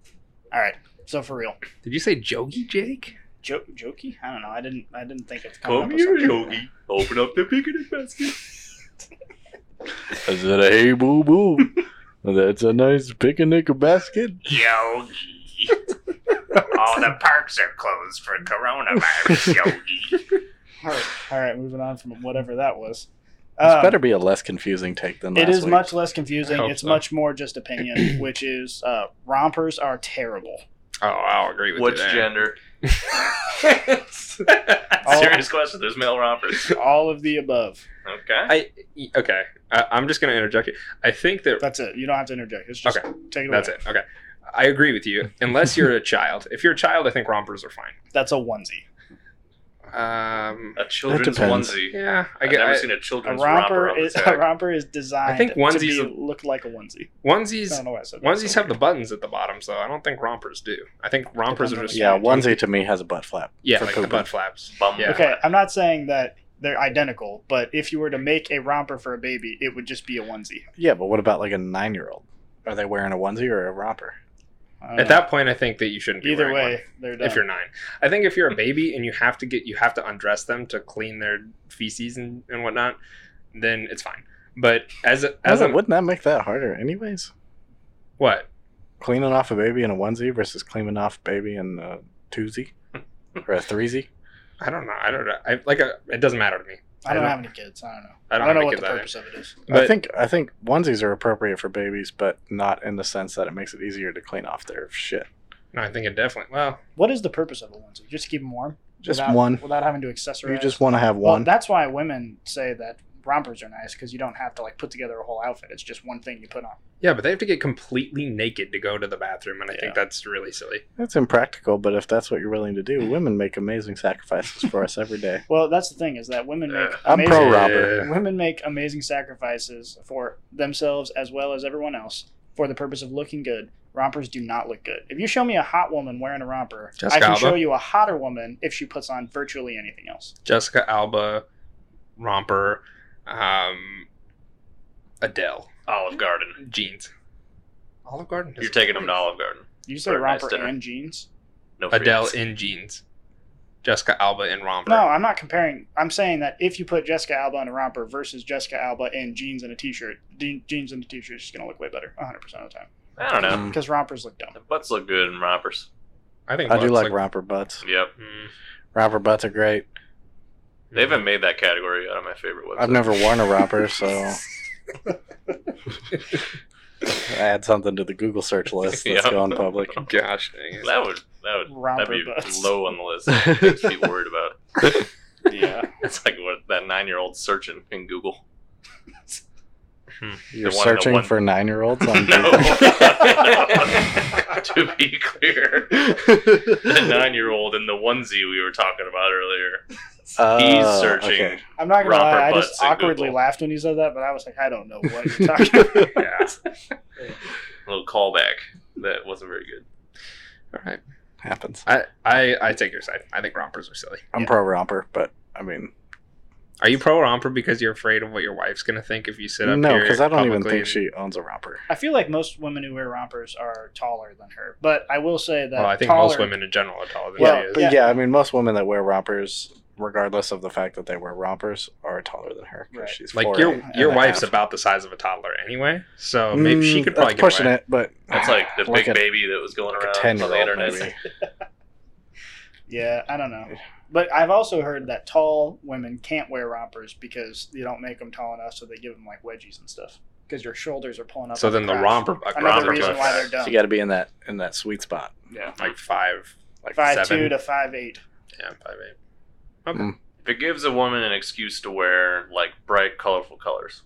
[SPEAKER 4] All right, so for real,
[SPEAKER 3] Did you say Jogi Jake?
[SPEAKER 4] jo- Jokey? I don't know. I didn't. I didn't think of coming
[SPEAKER 2] Come
[SPEAKER 4] up
[SPEAKER 2] here,
[SPEAKER 4] with something.
[SPEAKER 2] Yogi. Open up the picnic basket.
[SPEAKER 1] Is it a hey boo boo? That's a nice picnic basket.
[SPEAKER 2] Yogi. All the parks are closed for coronavirus, Yogi.
[SPEAKER 4] All right, all right, moving on from whatever that was.
[SPEAKER 1] This
[SPEAKER 4] Um,
[SPEAKER 1] better be a less confusing take than last
[SPEAKER 4] It is
[SPEAKER 1] week.
[SPEAKER 4] much less
[SPEAKER 3] I
[SPEAKER 4] confusing.
[SPEAKER 3] hope
[SPEAKER 4] It's
[SPEAKER 3] so.
[SPEAKER 4] much more just opinion, which is uh, rompers are terrible.
[SPEAKER 3] Oh, I'll agree with
[SPEAKER 2] Which
[SPEAKER 3] you. there.
[SPEAKER 2] gender? Serious question. There's male rompers.
[SPEAKER 4] All of the above.
[SPEAKER 2] Okay.
[SPEAKER 3] I E, okay. I, I'm just gonna interject here. I think that
[SPEAKER 4] That's it. You don't have to interject. It's just
[SPEAKER 3] Okay.
[SPEAKER 4] take it away.
[SPEAKER 3] that's it. Okay, I agree with you. Unless you're a child. If you're a child, I think rompers are fine.
[SPEAKER 4] That's a onesie.
[SPEAKER 3] Um,
[SPEAKER 2] A children's
[SPEAKER 1] depends.
[SPEAKER 2] onesie.
[SPEAKER 3] yeah, I
[SPEAKER 2] I've
[SPEAKER 3] get.
[SPEAKER 2] never
[SPEAKER 3] I,
[SPEAKER 2] seen a
[SPEAKER 4] A
[SPEAKER 2] children's romper.
[SPEAKER 4] romper
[SPEAKER 2] on the
[SPEAKER 4] is a
[SPEAKER 2] tag.
[SPEAKER 4] romper is designed.
[SPEAKER 3] I think
[SPEAKER 4] to
[SPEAKER 3] onesies
[SPEAKER 4] be,
[SPEAKER 3] are-
[SPEAKER 4] look like a onesie. I
[SPEAKER 3] onesies.
[SPEAKER 4] don't know why I said that.
[SPEAKER 3] Onesies have the buttons at the bottom, so I don't think rompers do. I think rompers are just
[SPEAKER 1] Yeah, onesie to me has a butt flap.
[SPEAKER 3] yeah,
[SPEAKER 1] for
[SPEAKER 3] like the
[SPEAKER 1] pooping.
[SPEAKER 3] butt flaps.
[SPEAKER 2] Bum.
[SPEAKER 3] Yeah.
[SPEAKER 4] Okay, I'm not saying that they're identical, but if you were to make a romper for a baby, it would just be a onesie.
[SPEAKER 1] Yeah, but what about like a nine year old? Are they wearing a onesie or a romper?
[SPEAKER 4] I don't
[SPEAKER 3] At
[SPEAKER 4] know.
[SPEAKER 3] that point, I think that you shouldn't be
[SPEAKER 4] Uh, either
[SPEAKER 3] wearing
[SPEAKER 4] way,
[SPEAKER 3] one
[SPEAKER 4] they're done.
[SPEAKER 3] if you're nine. I think if you're a baby and you have to get you have to undress them to clean their feces and, and whatnot, then it's fine. But as a, as
[SPEAKER 1] As
[SPEAKER 3] a,
[SPEAKER 1] wouldn't that make that harder, anyways?
[SPEAKER 3] what
[SPEAKER 1] Cleaning off a baby in a onesie versus cleaning off a baby in a twosie or a threesie.
[SPEAKER 3] I don't know. I don't know. I like a, it doesn't matter to me.
[SPEAKER 4] I don't
[SPEAKER 3] I don't-
[SPEAKER 4] have any kids. I don't know.
[SPEAKER 3] I
[SPEAKER 4] I
[SPEAKER 3] don't,
[SPEAKER 4] don't,
[SPEAKER 3] have
[SPEAKER 4] know
[SPEAKER 3] any
[SPEAKER 4] what
[SPEAKER 3] kids
[SPEAKER 4] the
[SPEAKER 3] either.
[SPEAKER 4] purpose of it is.
[SPEAKER 1] I
[SPEAKER 3] But-
[SPEAKER 1] think I think onesies are appropriate for babies, but not in the sense that it makes it easier to clean off their shit.
[SPEAKER 3] No, I think it definitely. Well,
[SPEAKER 4] What is the purpose of a onesie? Just to keep them warm.
[SPEAKER 1] Just
[SPEAKER 4] without,
[SPEAKER 1] one.
[SPEAKER 4] without having to accessorize.
[SPEAKER 1] You just want to have
[SPEAKER 4] Well,
[SPEAKER 1] one.
[SPEAKER 4] that's why women say that rompers are nice because you don't have to like put together a whole outfit. It's just one thing you put on.
[SPEAKER 3] yeah, but they have to get completely naked to go to the bathroom, and I
[SPEAKER 4] Yeah.
[SPEAKER 3] think that's really silly.
[SPEAKER 1] That's impractical, but if that's what you're willing to do, women make amazing sacrifices for us every day.
[SPEAKER 4] Well, that's the thing is that women make
[SPEAKER 2] Uh,
[SPEAKER 1] I'm
[SPEAKER 4] amazing,
[SPEAKER 1] pro
[SPEAKER 3] Robert. Yeah.
[SPEAKER 4] women make amazing sacrifices for themselves as well as everyone else for the purpose of looking good. Rompers do not look good. If you show me a hot woman wearing a romper,
[SPEAKER 3] Jessica
[SPEAKER 4] I can
[SPEAKER 3] Alba.
[SPEAKER 4] show you a hotter woman if she puts on virtually anything else.
[SPEAKER 3] Jessica Alba, romper, um, Adele
[SPEAKER 2] Olive Garden.
[SPEAKER 3] jeans. Olive Garden.
[SPEAKER 2] You're taking them to Olive Garden.
[SPEAKER 4] You say
[SPEAKER 2] For a nice
[SPEAKER 4] romper
[SPEAKER 2] dinner.
[SPEAKER 4] and jeans?
[SPEAKER 2] No free
[SPEAKER 3] Adele
[SPEAKER 2] ads.
[SPEAKER 3] in jeans. Jessica Alba in romper.
[SPEAKER 4] No, I'm not comparing. I'm saying that if you put Jessica Alba in a romper versus Jessica Alba in jeans and a t-shirt, de- jeans and a t-shirt is going to look way better 100% of the time
[SPEAKER 2] I don't know.
[SPEAKER 1] Mm.
[SPEAKER 4] because rompers look dumb.
[SPEAKER 2] The butts look good in rompers.
[SPEAKER 3] I think
[SPEAKER 1] I do
[SPEAKER 3] butts
[SPEAKER 1] like
[SPEAKER 3] look-
[SPEAKER 1] romper butts.
[SPEAKER 2] Yep.
[SPEAKER 3] Mm.
[SPEAKER 1] Romper butts are great.
[SPEAKER 2] They haven't made that category out of my favorite website.
[SPEAKER 1] I've never worn a romper, so add something to the Google search list that's
[SPEAKER 2] Yep.
[SPEAKER 1] going public.
[SPEAKER 3] mm. Gosh, dang it.
[SPEAKER 2] That would that would that'd
[SPEAKER 4] Romper
[SPEAKER 2] be
[SPEAKER 4] butts.
[SPEAKER 2] low on the list. It Makes me worried about.
[SPEAKER 4] Yeah.
[SPEAKER 2] It's like what that nine year old searching in Google.
[SPEAKER 1] You're
[SPEAKER 2] The one- the
[SPEAKER 1] searching
[SPEAKER 2] one-
[SPEAKER 1] for nine year olds on
[SPEAKER 2] No.
[SPEAKER 1] Google.
[SPEAKER 2] No. to be clear, the nine year old in the onesie we were talking about earlier.
[SPEAKER 1] Oh,
[SPEAKER 2] He's searching.
[SPEAKER 1] okay.
[SPEAKER 4] I'm not going to
[SPEAKER 2] Romper
[SPEAKER 4] lie. I just
[SPEAKER 2] butts in
[SPEAKER 4] awkwardly
[SPEAKER 2] Google.
[SPEAKER 4] laughed when you said that, but I was like, I don't know what you're talking about.
[SPEAKER 3] yeah.
[SPEAKER 2] A little callback that wasn't very good.
[SPEAKER 3] All right.
[SPEAKER 1] Happens.
[SPEAKER 3] I, I I take your side. I think rompers are silly.
[SPEAKER 1] I'm
[SPEAKER 4] Yeah.
[SPEAKER 1] pro romper, but I mean,
[SPEAKER 3] Are you pro romper because you're afraid of what your wife's gonna think if you sit up
[SPEAKER 1] no,
[SPEAKER 3] here?
[SPEAKER 1] because I don't even
[SPEAKER 3] publicly
[SPEAKER 1] think
[SPEAKER 3] and-
[SPEAKER 1] she owns a romper.
[SPEAKER 4] I feel like most women who wear rompers are taller than her, but I will say that
[SPEAKER 3] Well, I think
[SPEAKER 4] taller,
[SPEAKER 3] most women in general are taller than
[SPEAKER 4] Well,
[SPEAKER 3] she is.
[SPEAKER 1] But yeah.
[SPEAKER 4] Yeah.
[SPEAKER 1] I mean, most women that wear rompers, regardless of the fact that they wear rompers, are taller than her because
[SPEAKER 4] Right.
[SPEAKER 1] she's
[SPEAKER 3] Like
[SPEAKER 1] 4'8"
[SPEAKER 3] your
[SPEAKER 1] and
[SPEAKER 3] your
[SPEAKER 1] a
[SPEAKER 3] wife's
[SPEAKER 1] half.
[SPEAKER 3] about the size of a toddler anyway, so maybe she
[SPEAKER 1] Mm,
[SPEAKER 3] could probably
[SPEAKER 1] that's
[SPEAKER 3] get
[SPEAKER 1] pushing
[SPEAKER 3] away.
[SPEAKER 1] it, but
[SPEAKER 2] That's like the
[SPEAKER 1] like
[SPEAKER 2] big
[SPEAKER 1] a-
[SPEAKER 2] baby that was going
[SPEAKER 1] like a
[SPEAKER 2] around
[SPEAKER 1] ten year
[SPEAKER 2] on the
[SPEAKER 1] old
[SPEAKER 2] internet.
[SPEAKER 1] maybe.
[SPEAKER 4] Yeah, I don't know. But I've also heard that tall women can't wear rompers because you don't make them tall enough, so they give them like wedgies and stuff because your shoulders are pulling up.
[SPEAKER 3] So
[SPEAKER 4] on the
[SPEAKER 3] then the
[SPEAKER 4] crotch.
[SPEAKER 3] romper, a
[SPEAKER 4] Another
[SPEAKER 3] romper
[SPEAKER 4] reason
[SPEAKER 3] goes
[SPEAKER 4] why they're
[SPEAKER 3] fast.
[SPEAKER 4] dumb.
[SPEAKER 1] you got to be in that in that sweet spot.
[SPEAKER 4] yeah,
[SPEAKER 3] like five, like
[SPEAKER 4] five
[SPEAKER 3] seven.
[SPEAKER 4] two to five eight.
[SPEAKER 3] yeah, five eight. Okay.
[SPEAKER 1] Mm.
[SPEAKER 2] If it gives a woman an excuse to wear like bright, colorful colors,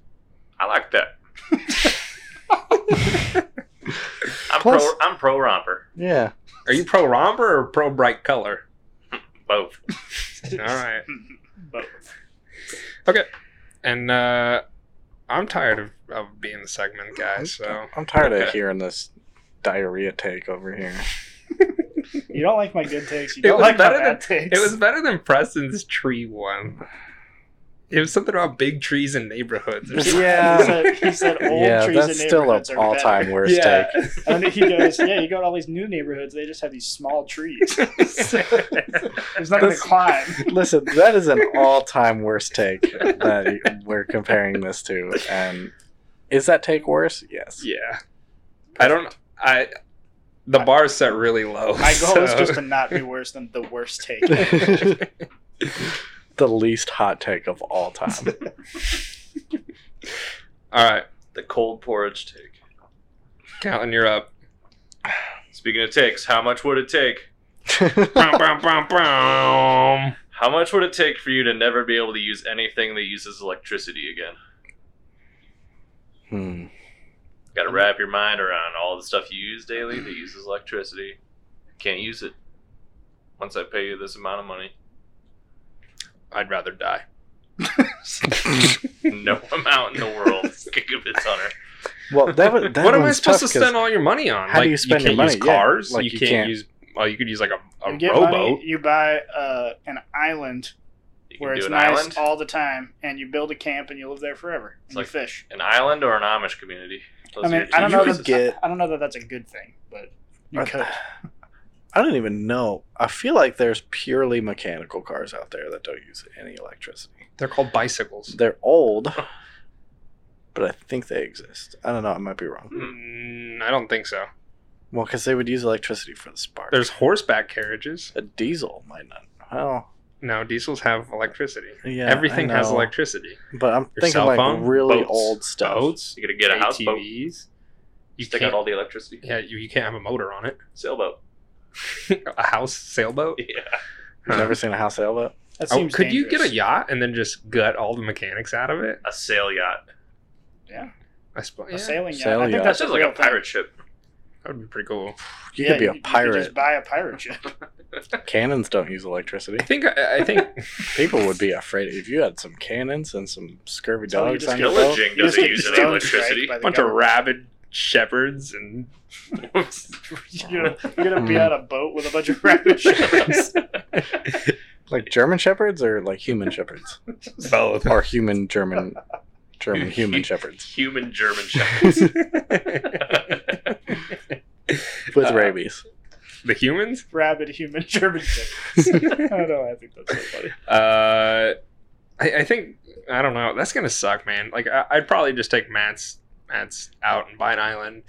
[SPEAKER 2] I like that. I'm
[SPEAKER 1] Plus-
[SPEAKER 2] pro. I'm pro romper.
[SPEAKER 1] Yeah,
[SPEAKER 3] Are you pro romper or pro bright color?
[SPEAKER 2] Both.
[SPEAKER 3] All right.
[SPEAKER 4] Both.
[SPEAKER 3] And uh, I'm tired of, of being the segment guy, so
[SPEAKER 1] I'm tired
[SPEAKER 3] Okay.
[SPEAKER 1] of hearing this diarrhea take over here.
[SPEAKER 4] You don't like my good takes. You
[SPEAKER 3] It
[SPEAKER 4] don't
[SPEAKER 3] was
[SPEAKER 4] like my
[SPEAKER 3] better than-
[SPEAKER 4] bad takes.
[SPEAKER 3] it was better than Preston's tree one. It was something about big trees and neighborhoods. or something.
[SPEAKER 4] He
[SPEAKER 1] Yeah,
[SPEAKER 4] said, he said old
[SPEAKER 1] yeah,
[SPEAKER 4] trees
[SPEAKER 1] that's
[SPEAKER 4] and
[SPEAKER 1] still an
[SPEAKER 4] neighborhoods are
[SPEAKER 1] all time
[SPEAKER 4] better.
[SPEAKER 1] worst take.
[SPEAKER 4] And he goes, yeah, you go to all these new neighborhoods, they just have these small trees. There's nothing to
[SPEAKER 1] That's-
[SPEAKER 4] climb.
[SPEAKER 1] Listen, that is an all-time worst take that we're comparing this to, and is that take worse? Yes.
[SPEAKER 3] Yeah. I don't. I. The bar's set really low.
[SPEAKER 4] My goal is
[SPEAKER 3] so-
[SPEAKER 4] just to not be worse than the worst take.
[SPEAKER 1] the least hot take of all time.
[SPEAKER 3] All right,
[SPEAKER 2] The cold porridge take.
[SPEAKER 3] Callan, you're up.
[SPEAKER 2] Speaking of takes, how much would it take?
[SPEAKER 3] Brum, brum, brum, brum.
[SPEAKER 2] How much would it take for you to never be able to use anything that uses electricity again?
[SPEAKER 1] Hmm.
[SPEAKER 2] Got to
[SPEAKER 3] Mm-hmm.
[SPEAKER 2] wrap your mind around all the stuff you use daily that uses electricity. Can't use it. Once I pay you this amount of money,
[SPEAKER 3] I'd rather die.
[SPEAKER 2] no amount in the world could give its honor.
[SPEAKER 1] Well, that was. That
[SPEAKER 3] what am I
[SPEAKER 1] one's
[SPEAKER 3] supposed
[SPEAKER 1] tough
[SPEAKER 3] to
[SPEAKER 1] 'cause-
[SPEAKER 3] spend all your money on?
[SPEAKER 1] how do
[SPEAKER 3] Like,
[SPEAKER 1] you spend your
[SPEAKER 3] can't
[SPEAKER 1] money?
[SPEAKER 3] Use
[SPEAKER 1] Yeah,
[SPEAKER 3] cars.
[SPEAKER 1] like,
[SPEAKER 3] you,
[SPEAKER 1] you
[SPEAKER 3] can't,
[SPEAKER 1] can't-
[SPEAKER 3] use. Well, you could use like a, a
[SPEAKER 4] you get
[SPEAKER 3] rowboat.
[SPEAKER 4] money, you buy uh, an island
[SPEAKER 2] You
[SPEAKER 4] where
[SPEAKER 2] can
[SPEAKER 4] it's
[SPEAKER 2] do an
[SPEAKER 4] nice
[SPEAKER 2] island,
[SPEAKER 4] all the time, and you build a camp and you live there forever.
[SPEAKER 2] It's
[SPEAKER 4] and
[SPEAKER 2] like-
[SPEAKER 4] you fish.
[SPEAKER 2] an island or an Amish community. Those
[SPEAKER 4] I
[SPEAKER 2] are
[SPEAKER 4] mean,
[SPEAKER 2] your
[SPEAKER 4] I
[SPEAKER 2] two
[SPEAKER 4] don't know.
[SPEAKER 1] could
[SPEAKER 2] choices.
[SPEAKER 4] That,
[SPEAKER 1] get-
[SPEAKER 4] I don't know that that's a good thing, but you
[SPEAKER 1] Are-
[SPEAKER 4] could.
[SPEAKER 1] I don't even know. I feel like there's purely mechanical cars out there that don't use any electricity.
[SPEAKER 3] They're called bicycles.
[SPEAKER 1] They're old, but I think they exist. I don't know. I might be wrong.
[SPEAKER 3] Mm, I don't think so.
[SPEAKER 1] Well, because they would use electricity for the spark.
[SPEAKER 3] There's horseback carriages.
[SPEAKER 1] a diesel might not. Well,
[SPEAKER 3] No, diesels have electricity.
[SPEAKER 1] yeah,
[SPEAKER 3] Everything
[SPEAKER 1] I
[SPEAKER 3] has
[SPEAKER 1] know.
[SPEAKER 3] electricity.
[SPEAKER 1] But I'm
[SPEAKER 3] Your
[SPEAKER 1] thinking
[SPEAKER 3] cell
[SPEAKER 1] like
[SPEAKER 3] phone,
[SPEAKER 1] really
[SPEAKER 3] boats,
[SPEAKER 1] old stuff.
[SPEAKER 3] Boats,
[SPEAKER 2] You gotta get a houseboat.
[SPEAKER 3] ATVs. You
[SPEAKER 2] You take out
[SPEAKER 3] can't,
[SPEAKER 2] all the electricity.
[SPEAKER 3] yeah, you, you can't have a motor on it.
[SPEAKER 2] Sailboat.
[SPEAKER 3] a house sailboat.
[SPEAKER 2] Yeah.
[SPEAKER 1] You've never seen a house sailboat?
[SPEAKER 4] That
[SPEAKER 3] Oh,
[SPEAKER 4] seems
[SPEAKER 3] could you get
[SPEAKER 4] dangerous.
[SPEAKER 3] a yacht and then just gut all the mechanics out of it?
[SPEAKER 2] A sail yacht.
[SPEAKER 4] yeah,
[SPEAKER 3] I suppose.
[SPEAKER 4] a
[SPEAKER 3] Yeah,
[SPEAKER 4] sailing yacht?
[SPEAKER 1] Sail
[SPEAKER 4] I think
[SPEAKER 1] yacht.
[SPEAKER 2] That's
[SPEAKER 4] that's a
[SPEAKER 2] just like a
[SPEAKER 4] real thing.
[SPEAKER 2] pirate ship.
[SPEAKER 3] that would be pretty cool.
[SPEAKER 1] You
[SPEAKER 4] Yeah,
[SPEAKER 1] could be a pirate.
[SPEAKER 4] just buy a pirate ship.
[SPEAKER 1] Cannons don't use electricity.
[SPEAKER 3] I think. I, I think.
[SPEAKER 1] People would be afraid if you had some cannons and some scurvy
[SPEAKER 4] So you
[SPEAKER 1] dogs
[SPEAKER 4] just
[SPEAKER 1] on your
[SPEAKER 4] kill
[SPEAKER 1] boat.
[SPEAKER 2] Pillaging
[SPEAKER 4] You just
[SPEAKER 2] doesn't
[SPEAKER 4] get
[SPEAKER 2] use any
[SPEAKER 4] drone
[SPEAKER 2] electricity.
[SPEAKER 4] strike by the
[SPEAKER 3] bunch of
[SPEAKER 4] government.
[SPEAKER 3] rabid shepherds and
[SPEAKER 4] You're gonna, you're gonna be on a boat with a bunch of rabbit shepherds.
[SPEAKER 1] Like German shepherds or like human shepherds?
[SPEAKER 3] both.
[SPEAKER 1] or human German German human shepherds
[SPEAKER 2] Human German shepherds.
[SPEAKER 1] with
[SPEAKER 3] Uh,
[SPEAKER 1] rabies.
[SPEAKER 3] the humans.
[SPEAKER 4] Rabid human German shepherds. I don't know. I think that's so funny.
[SPEAKER 3] Uh, I, I think I don't know. That's gonna suck, man. Like I, I'd probably just take Matt's Matt's out and buy an island,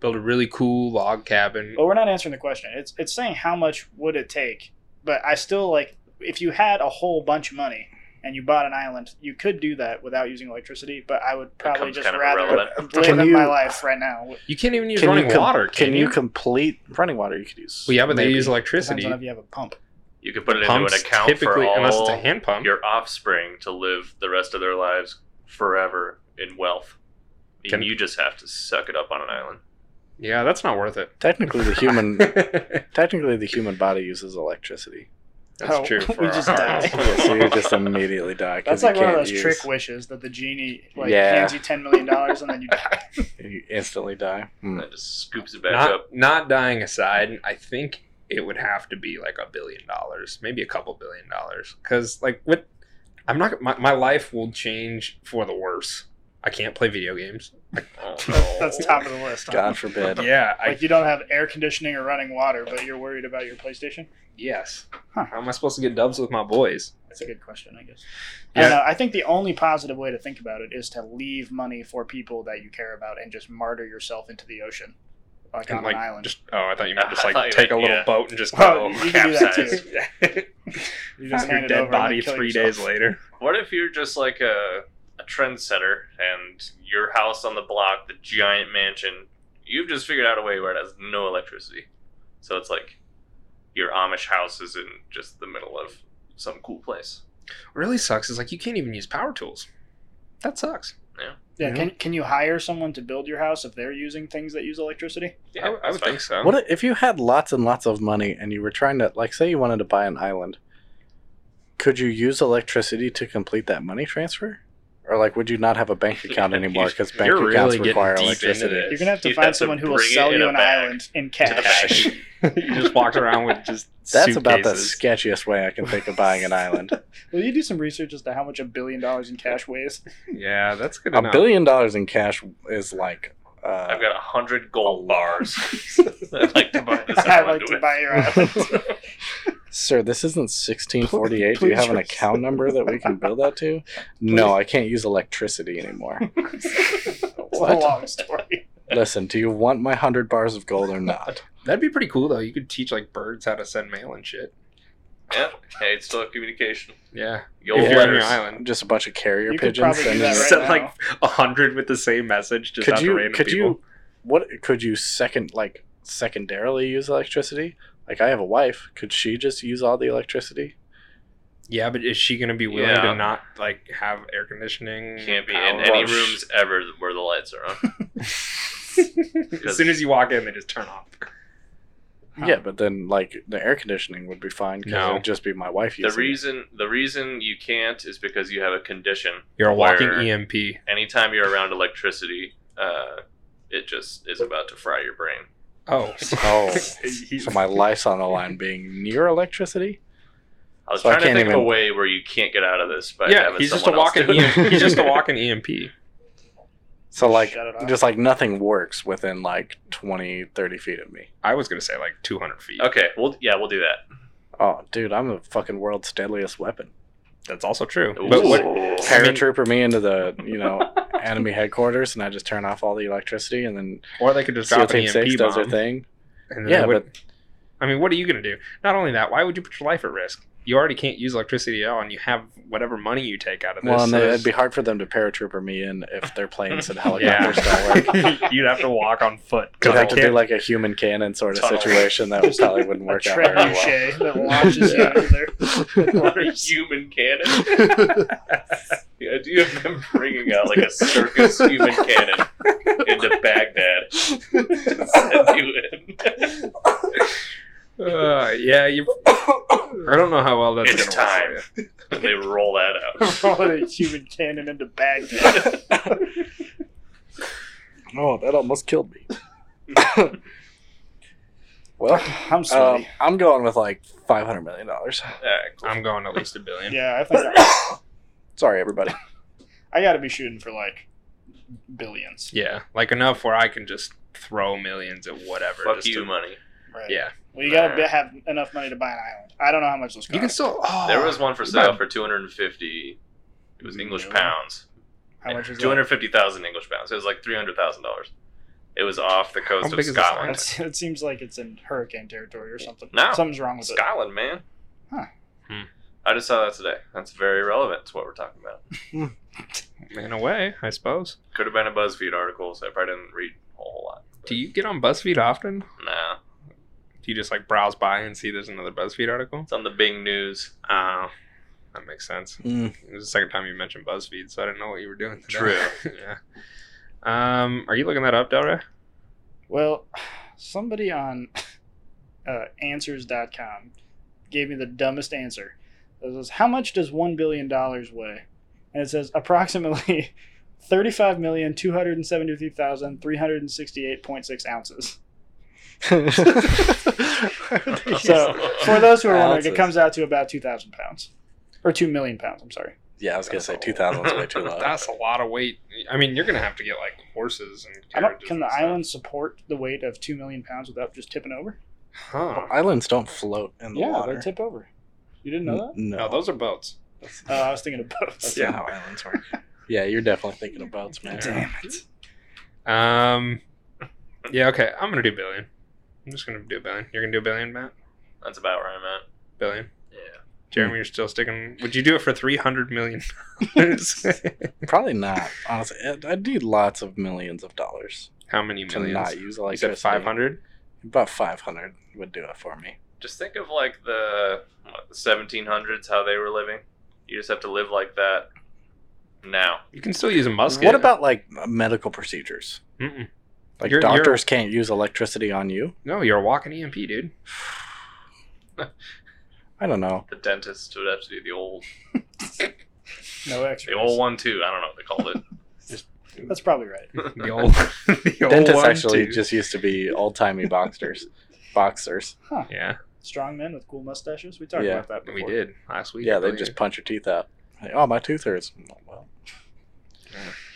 [SPEAKER 3] build a really cool log cabin.
[SPEAKER 4] But we're not answering the question. It's it's saying how much would it take. But I still like if you had a whole bunch of money and you bought an island, you could do that without using electricity. But I would probably
[SPEAKER 2] Becomes
[SPEAKER 4] just
[SPEAKER 2] kind of
[SPEAKER 4] rather
[SPEAKER 2] irrelevant.
[SPEAKER 1] Can
[SPEAKER 4] live
[SPEAKER 1] you-
[SPEAKER 4] my life right now.
[SPEAKER 3] You can't even use
[SPEAKER 1] Can you
[SPEAKER 3] running
[SPEAKER 1] com-
[SPEAKER 3] water. Can,
[SPEAKER 1] Can
[SPEAKER 3] you?
[SPEAKER 1] you complete running water? You could use.
[SPEAKER 3] well, yeah, but they
[SPEAKER 1] maybe.
[SPEAKER 3] use
[SPEAKER 4] Depends
[SPEAKER 3] electricity.
[SPEAKER 4] on if you have a pump.
[SPEAKER 2] You could put it into an
[SPEAKER 3] Pumps
[SPEAKER 2] account for
[SPEAKER 3] typically, unless it's a
[SPEAKER 2] all
[SPEAKER 3] hand pump.
[SPEAKER 2] your offspring to live the rest of their lives forever in wealth. And
[SPEAKER 3] Can-
[SPEAKER 2] you just have to suck it up on an island.
[SPEAKER 3] Yeah, that's not worth it.
[SPEAKER 1] Technically, the human
[SPEAKER 3] that's
[SPEAKER 1] technically the human body uses electricity.
[SPEAKER 4] Oh,
[SPEAKER 3] true.
[SPEAKER 4] we
[SPEAKER 3] for
[SPEAKER 4] just
[SPEAKER 3] ours.
[SPEAKER 4] died.
[SPEAKER 1] so you just immediately die. 'cause
[SPEAKER 4] That's like
[SPEAKER 1] you
[SPEAKER 4] one of
[SPEAKER 1] can't
[SPEAKER 4] those
[SPEAKER 1] use-
[SPEAKER 4] trick wishes that the genie like
[SPEAKER 1] Yeah.
[SPEAKER 4] hands you ten million dollars and then you die.
[SPEAKER 1] You instantly die. Hmm.
[SPEAKER 2] And
[SPEAKER 3] Mm.
[SPEAKER 2] that just scoops it back
[SPEAKER 3] not,
[SPEAKER 2] up.
[SPEAKER 3] not dying aside, I think it would have to be like a billion dollars, maybe a couple billion dollars. Because, like, what I'm not, my, my life will change for the worse. I can't play video games.
[SPEAKER 2] Oh,
[SPEAKER 4] That's,
[SPEAKER 2] no.
[SPEAKER 4] that's top of the list. huh?
[SPEAKER 1] God forbid.
[SPEAKER 3] Yeah, I,
[SPEAKER 4] Like you don't have air conditioning or running water, but you're worried about your PlayStation.
[SPEAKER 3] yes.
[SPEAKER 4] Huh.
[SPEAKER 3] How am I supposed to get dubs with my boys?
[SPEAKER 4] That's a good question, I guess.
[SPEAKER 3] Yeah.
[SPEAKER 4] I, don't know, uh, I think the only positive way to think about it is to leave money for people that you care about and just martyr yourself into the ocean, like
[SPEAKER 3] And,
[SPEAKER 4] on
[SPEAKER 3] like,
[SPEAKER 4] an island.
[SPEAKER 3] just oh, I thought you
[SPEAKER 2] I
[SPEAKER 3] meant just
[SPEAKER 2] thought
[SPEAKER 3] like
[SPEAKER 2] you
[SPEAKER 3] take a
[SPEAKER 2] meant-
[SPEAKER 3] little
[SPEAKER 2] yeah.
[SPEAKER 3] boat and just
[SPEAKER 4] Well,
[SPEAKER 3] go
[SPEAKER 4] you can do that,
[SPEAKER 3] capsize.
[SPEAKER 4] you
[SPEAKER 3] Just
[SPEAKER 4] just
[SPEAKER 3] your
[SPEAKER 4] hand it over
[SPEAKER 3] dead
[SPEAKER 4] and then
[SPEAKER 3] body
[SPEAKER 4] kill
[SPEAKER 3] three
[SPEAKER 4] yourself.
[SPEAKER 3] days later.
[SPEAKER 2] What if you're just like a, a trendsetter and your house on the block, the giant mansion, you've just figured out a way where it has no electricity. So it's like your Amish house is in just the middle of some cool place.
[SPEAKER 3] Really sucks. Is like you can't even use power tools. That sucks.
[SPEAKER 4] Yeah,
[SPEAKER 3] Yeah.
[SPEAKER 4] Can, can you hire someone to build your house if they're using things that use electricity?
[SPEAKER 3] I, would- I
[SPEAKER 2] that's
[SPEAKER 3] would
[SPEAKER 2] fine.
[SPEAKER 3] think so.
[SPEAKER 1] What i- if you had lots and lots of money and you were trying to like say you wanted to buy an island? Could you use electricity to complete that money transfer? Or like would you not have a bank account anymore because bank
[SPEAKER 3] You're really
[SPEAKER 1] accounts
[SPEAKER 3] getting
[SPEAKER 1] require
[SPEAKER 3] deep into
[SPEAKER 1] electricity?
[SPEAKER 3] this.
[SPEAKER 4] You're gonna have to
[SPEAKER 2] You'd
[SPEAKER 4] find
[SPEAKER 2] have to
[SPEAKER 4] someone who will
[SPEAKER 2] bring it
[SPEAKER 4] sell
[SPEAKER 2] in
[SPEAKER 4] you
[SPEAKER 2] a
[SPEAKER 4] an
[SPEAKER 2] bag.
[SPEAKER 4] island in
[SPEAKER 2] To the
[SPEAKER 4] cash.
[SPEAKER 2] bank.
[SPEAKER 3] you just walked around with just
[SPEAKER 1] That's about the
[SPEAKER 3] suitcases.
[SPEAKER 1] sketchiest way I can think of buying an island.
[SPEAKER 4] Will you do some research as to how much a billion dollars in cash weighs?
[SPEAKER 3] yeah that's good
[SPEAKER 1] a billion dollars in cash is like uh,
[SPEAKER 2] I've got a hundred gold bars. I'd like to buy this.
[SPEAKER 4] I'd like to buy your island.
[SPEAKER 1] sir, this isn't 1648. Do you have an
[SPEAKER 4] Please-
[SPEAKER 1] account number that we can build that to? No, I can't use electricity anymore.
[SPEAKER 4] It's a
[SPEAKER 1] What?
[SPEAKER 4] long story.
[SPEAKER 1] Listen, do you want my 100 bars of gold or not?
[SPEAKER 3] that'd be pretty cool though you could teach like birds how to send mail and shit
[SPEAKER 2] yeah. Hey, it's still a communication.
[SPEAKER 3] yeah
[SPEAKER 2] Your
[SPEAKER 1] If
[SPEAKER 3] if you're on
[SPEAKER 2] letters.
[SPEAKER 3] your island
[SPEAKER 1] Just a bunch of carrier
[SPEAKER 4] You could
[SPEAKER 1] pigeons
[SPEAKER 4] probably do
[SPEAKER 1] sending
[SPEAKER 4] that right
[SPEAKER 3] send
[SPEAKER 4] now.
[SPEAKER 3] like a hundred with the same message just
[SPEAKER 1] could
[SPEAKER 3] out to
[SPEAKER 1] you
[SPEAKER 3] random
[SPEAKER 1] could
[SPEAKER 3] people
[SPEAKER 1] you what could you second like secondarily use electricity Like I have a wife. Could she just use all the electricity?
[SPEAKER 3] Yeah, but is she going to be willing
[SPEAKER 2] Yeah.
[SPEAKER 3] to not like have air conditioning?
[SPEAKER 2] Can't be in
[SPEAKER 3] power?
[SPEAKER 2] any
[SPEAKER 1] Well, sh-
[SPEAKER 2] rooms ever where the lights are on.
[SPEAKER 3] as soon as you walk in, they just turn off.
[SPEAKER 4] Huh.
[SPEAKER 1] Yeah, but then like the air conditioning would be fine because
[SPEAKER 3] No.
[SPEAKER 1] it would just be my wife
[SPEAKER 2] the
[SPEAKER 1] using. it.
[SPEAKER 2] reason the reason you can't is because you have a condition.
[SPEAKER 3] You're a walking E
[SPEAKER 2] where
[SPEAKER 3] EMP.
[SPEAKER 2] Anytime you're around electricity, uh, it just is about to fry your brain.
[SPEAKER 3] Oh,
[SPEAKER 1] Oh,
[SPEAKER 3] He's-
[SPEAKER 1] so my life's on the line being near electricity.
[SPEAKER 2] I was
[SPEAKER 1] So I
[SPEAKER 2] trying to
[SPEAKER 1] can't
[SPEAKER 2] think of a
[SPEAKER 1] even-
[SPEAKER 2] way where you can't get out of this by
[SPEAKER 3] yeah,
[SPEAKER 2] having
[SPEAKER 3] he's just a
[SPEAKER 2] someone else
[SPEAKER 3] walking.
[SPEAKER 2] do it.
[SPEAKER 3] EMP. He's just a walking E EMP.
[SPEAKER 1] So like
[SPEAKER 4] Shut it off.
[SPEAKER 1] just like nothing works within like 20, 30 feet of me.
[SPEAKER 3] I was gonna say like 200 feet.
[SPEAKER 2] Okay, well, yeah, we'll do that.
[SPEAKER 1] Oh, dude, I'm the fucking world's deadliest weapon.
[SPEAKER 3] That's also true. But
[SPEAKER 2] Ooh.
[SPEAKER 3] what,
[SPEAKER 2] Ooh.
[SPEAKER 3] mean-
[SPEAKER 1] Paratrooper me into the you know enemy headquarters, and I just turn off all the electricity, and then
[SPEAKER 3] or they could just
[SPEAKER 1] SEAL
[SPEAKER 3] drop an
[SPEAKER 1] Team Six
[SPEAKER 3] EMP
[SPEAKER 1] does
[SPEAKER 3] bomb.
[SPEAKER 1] their thing.
[SPEAKER 3] And
[SPEAKER 1] Yeah,
[SPEAKER 3] yeah, but I mean, what are you going to do? Not only that, why would you put your life at risk? You already can't use electricity at all, and you have whatever money you take out of this.
[SPEAKER 1] Well, and
[SPEAKER 3] so
[SPEAKER 1] they,
[SPEAKER 3] it's-
[SPEAKER 1] it'd be hard for them to paratrooper me in if their planes and
[SPEAKER 3] yeah,
[SPEAKER 1] helicopters don't work.
[SPEAKER 3] you'd have to walk on foot.
[SPEAKER 1] You'd
[SPEAKER 3] Because
[SPEAKER 1] have to do like a human cannon sort of
[SPEAKER 2] Tunnel.
[SPEAKER 1] situation that would probably wouldn't
[SPEAKER 4] a
[SPEAKER 1] work out very well.
[SPEAKER 4] trebuchet that launches you
[SPEAKER 1] Yeah.
[SPEAKER 4] into there.
[SPEAKER 2] What a human cannon. The idea of them bringing out like a circus human cannon into Baghdad to send you in.
[SPEAKER 3] uh, yeah, you. I don't know how well that's
[SPEAKER 2] It's
[SPEAKER 3] gonna work.
[SPEAKER 2] And they roll that out.
[SPEAKER 4] Rolling a human cannon into Baghdad.
[SPEAKER 1] oh, that almost killed me. well,
[SPEAKER 4] I'm
[SPEAKER 1] um,
[SPEAKER 4] sweaty.
[SPEAKER 1] I'm going with like five hundred million dollars.
[SPEAKER 2] All right, Ah, cool.
[SPEAKER 3] I'm going at least a billion.
[SPEAKER 4] yeah, I think I,
[SPEAKER 1] Sorry, everybody.
[SPEAKER 4] I got to be shooting for like billions.
[SPEAKER 3] Yeah, like enough where I can just throw millions at whatever.
[SPEAKER 2] Fuck
[SPEAKER 3] just
[SPEAKER 2] you,
[SPEAKER 3] to-
[SPEAKER 2] money.
[SPEAKER 4] Right.
[SPEAKER 3] Yeah,
[SPEAKER 4] Well, you got to have enough money to buy an island. I don't know how much those cost.
[SPEAKER 3] you can still. Oh,
[SPEAKER 4] Uh,
[SPEAKER 2] There was one for
[SPEAKER 3] you
[SPEAKER 2] sale
[SPEAKER 3] might-
[SPEAKER 2] for 250. It was English
[SPEAKER 4] Really?
[SPEAKER 2] pounds.
[SPEAKER 4] how much is that?
[SPEAKER 2] 250,000 English pounds. It was like $300,000. It was off the
[SPEAKER 3] How
[SPEAKER 2] coast of
[SPEAKER 3] big is this
[SPEAKER 2] Scotland.
[SPEAKER 4] That's, it seems like it's in hurricane territory or something.
[SPEAKER 2] No.
[SPEAKER 4] Something's wrong with it.
[SPEAKER 2] Scotland, man.
[SPEAKER 4] Huh.
[SPEAKER 3] Hmm.
[SPEAKER 2] I just saw that today. That's very relevant to what we're talking about.
[SPEAKER 3] in a way, I suppose.
[SPEAKER 2] Could have been a BuzzFeed article, so I probably didn't read a whole lot. but
[SPEAKER 3] Do you get on BuzzFeed often?
[SPEAKER 2] Nah.
[SPEAKER 3] Do you just like browse by and see there's another BuzzFeed article?
[SPEAKER 2] It's on the Bing News.
[SPEAKER 3] Oh,
[SPEAKER 2] Ah,
[SPEAKER 3] that makes sense.
[SPEAKER 1] Mm,
[SPEAKER 3] It was the second time you mentioned BuzzFeed, so I didn't know what you were doing. Today.
[SPEAKER 2] True.
[SPEAKER 3] yeah. Um, are you looking that up, Delra?
[SPEAKER 4] Well, somebody on uh, answers.com gave me the dumbest answer. It says, How much does $1 billion weigh? And it says approximately 35,273,368.6 ounces. So, For those who are wondering,
[SPEAKER 1] Ounces.
[SPEAKER 4] it comes out to about 2,000 pounds. Or 2 million pounds, I'm sorry.
[SPEAKER 1] yeah, I was gonna say two thousand is way too low.
[SPEAKER 3] That's a lot of weight. I mean, you're gonna have to get like horses and
[SPEAKER 4] I don't,
[SPEAKER 3] carriages.
[SPEAKER 4] can the
[SPEAKER 3] and stuff.
[SPEAKER 4] island support the weight of 2 million pounds without just tipping over?
[SPEAKER 3] Huh?
[SPEAKER 1] Islands don't float in the
[SPEAKER 4] yeah,
[SPEAKER 1] water.
[SPEAKER 4] they tip over. You didn't know that?
[SPEAKER 1] N- No,
[SPEAKER 3] No, those are boats.
[SPEAKER 4] Oh, I was thinking of boats.
[SPEAKER 1] that's not how islands work. Yeah, you're definitely thinking of boats, man.
[SPEAKER 4] Damn it.
[SPEAKER 3] Um, yeah. Okay, I'm gonna do billion. I'm just gonna do a billion. You're gonna do a billion, Matt.
[SPEAKER 2] That's about where I'm at.
[SPEAKER 3] Billion.
[SPEAKER 2] Yeah.
[SPEAKER 1] Hmm.
[SPEAKER 3] Jeremy, you're still sticking. Would you do it for three hundred million? dollars?
[SPEAKER 1] Probably not. Honestly, I- I'd need lots of millions of dollars
[SPEAKER 3] How many
[SPEAKER 1] to
[SPEAKER 3] millions?
[SPEAKER 1] not use
[SPEAKER 3] you
[SPEAKER 1] electricity.
[SPEAKER 3] said five hundred.
[SPEAKER 1] About five hundred would do it for me.
[SPEAKER 2] Just think of like the, what, the 1700s, how they were living. You just have to live like that now.
[SPEAKER 3] You can still use a musket.
[SPEAKER 1] What about like medical procedures?
[SPEAKER 3] Mm-mm.
[SPEAKER 1] Like
[SPEAKER 3] You're- you're-
[SPEAKER 1] doctors can't use electricity on you.
[SPEAKER 3] No, you're a walking EMP, dude.
[SPEAKER 1] I don't know.
[SPEAKER 2] The dentist would have to do the old,
[SPEAKER 4] No
[SPEAKER 2] the
[SPEAKER 4] extra.
[SPEAKER 2] old one too. I don't know what they called it.
[SPEAKER 4] That's probably right.
[SPEAKER 3] The old, the old
[SPEAKER 1] Dentists
[SPEAKER 3] one,
[SPEAKER 1] actually
[SPEAKER 3] too.
[SPEAKER 1] just used to be old timey boxers. boxers.
[SPEAKER 3] Yeah,
[SPEAKER 4] Strong men with cool mustaches. We talked
[SPEAKER 1] Yeah.
[SPEAKER 4] about that before.
[SPEAKER 3] we did last week.
[SPEAKER 1] Yeah,
[SPEAKER 3] I
[SPEAKER 1] they
[SPEAKER 3] believe.
[SPEAKER 1] just punch your teeth out. Like, oh, my tooth hurts. Well,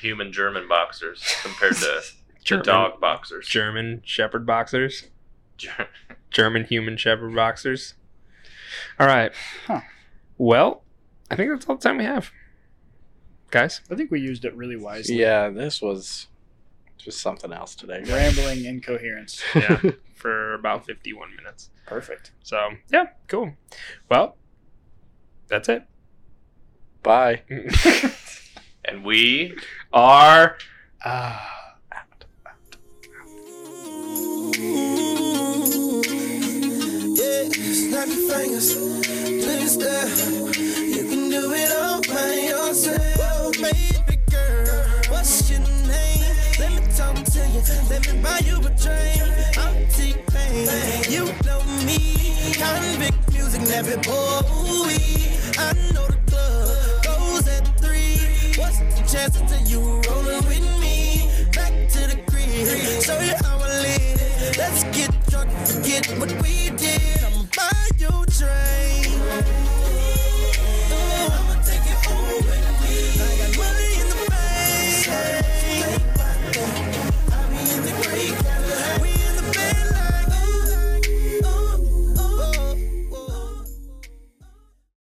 [SPEAKER 2] Human German boxers compared to
[SPEAKER 3] German,
[SPEAKER 2] dog boxers.
[SPEAKER 3] German Shepherd boxers,
[SPEAKER 2] Ger-
[SPEAKER 3] German human Shepherd boxers. All right.
[SPEAKER 4] Huh.
[SPEAKER 3] Well, I think that's all the time we have, guys.
[SPEAKER 4] I think we used it really wisely.
[SPEAKER 1] yeah, this was just something else today.
[SPEAKER 4] Rambling incoherence.
[SPEAKER 3] Yeah, for about fifty-one minutes.
[SPEAKER 4] Perfect.
[SPEAKER 3] So yeah, cool. Well, that's it.
[SPEAKER 1] Bye.
[SPEAKER 2] and we
[SPEAKER 3] Our
[SPEAKER 4] Ah.
[SPEAKER 5] Yeah. clap your fingers. Please step. You can do it all by yourself. Baby girl, what's your name? Let me talk to you. Let me buy you a drink. I'm T-Pain. You know me. Convict music never boy. I know the club goes at three. What's the chances that you rolling with me? Back to the crib, show you how I live. Let's get drunk, forget what we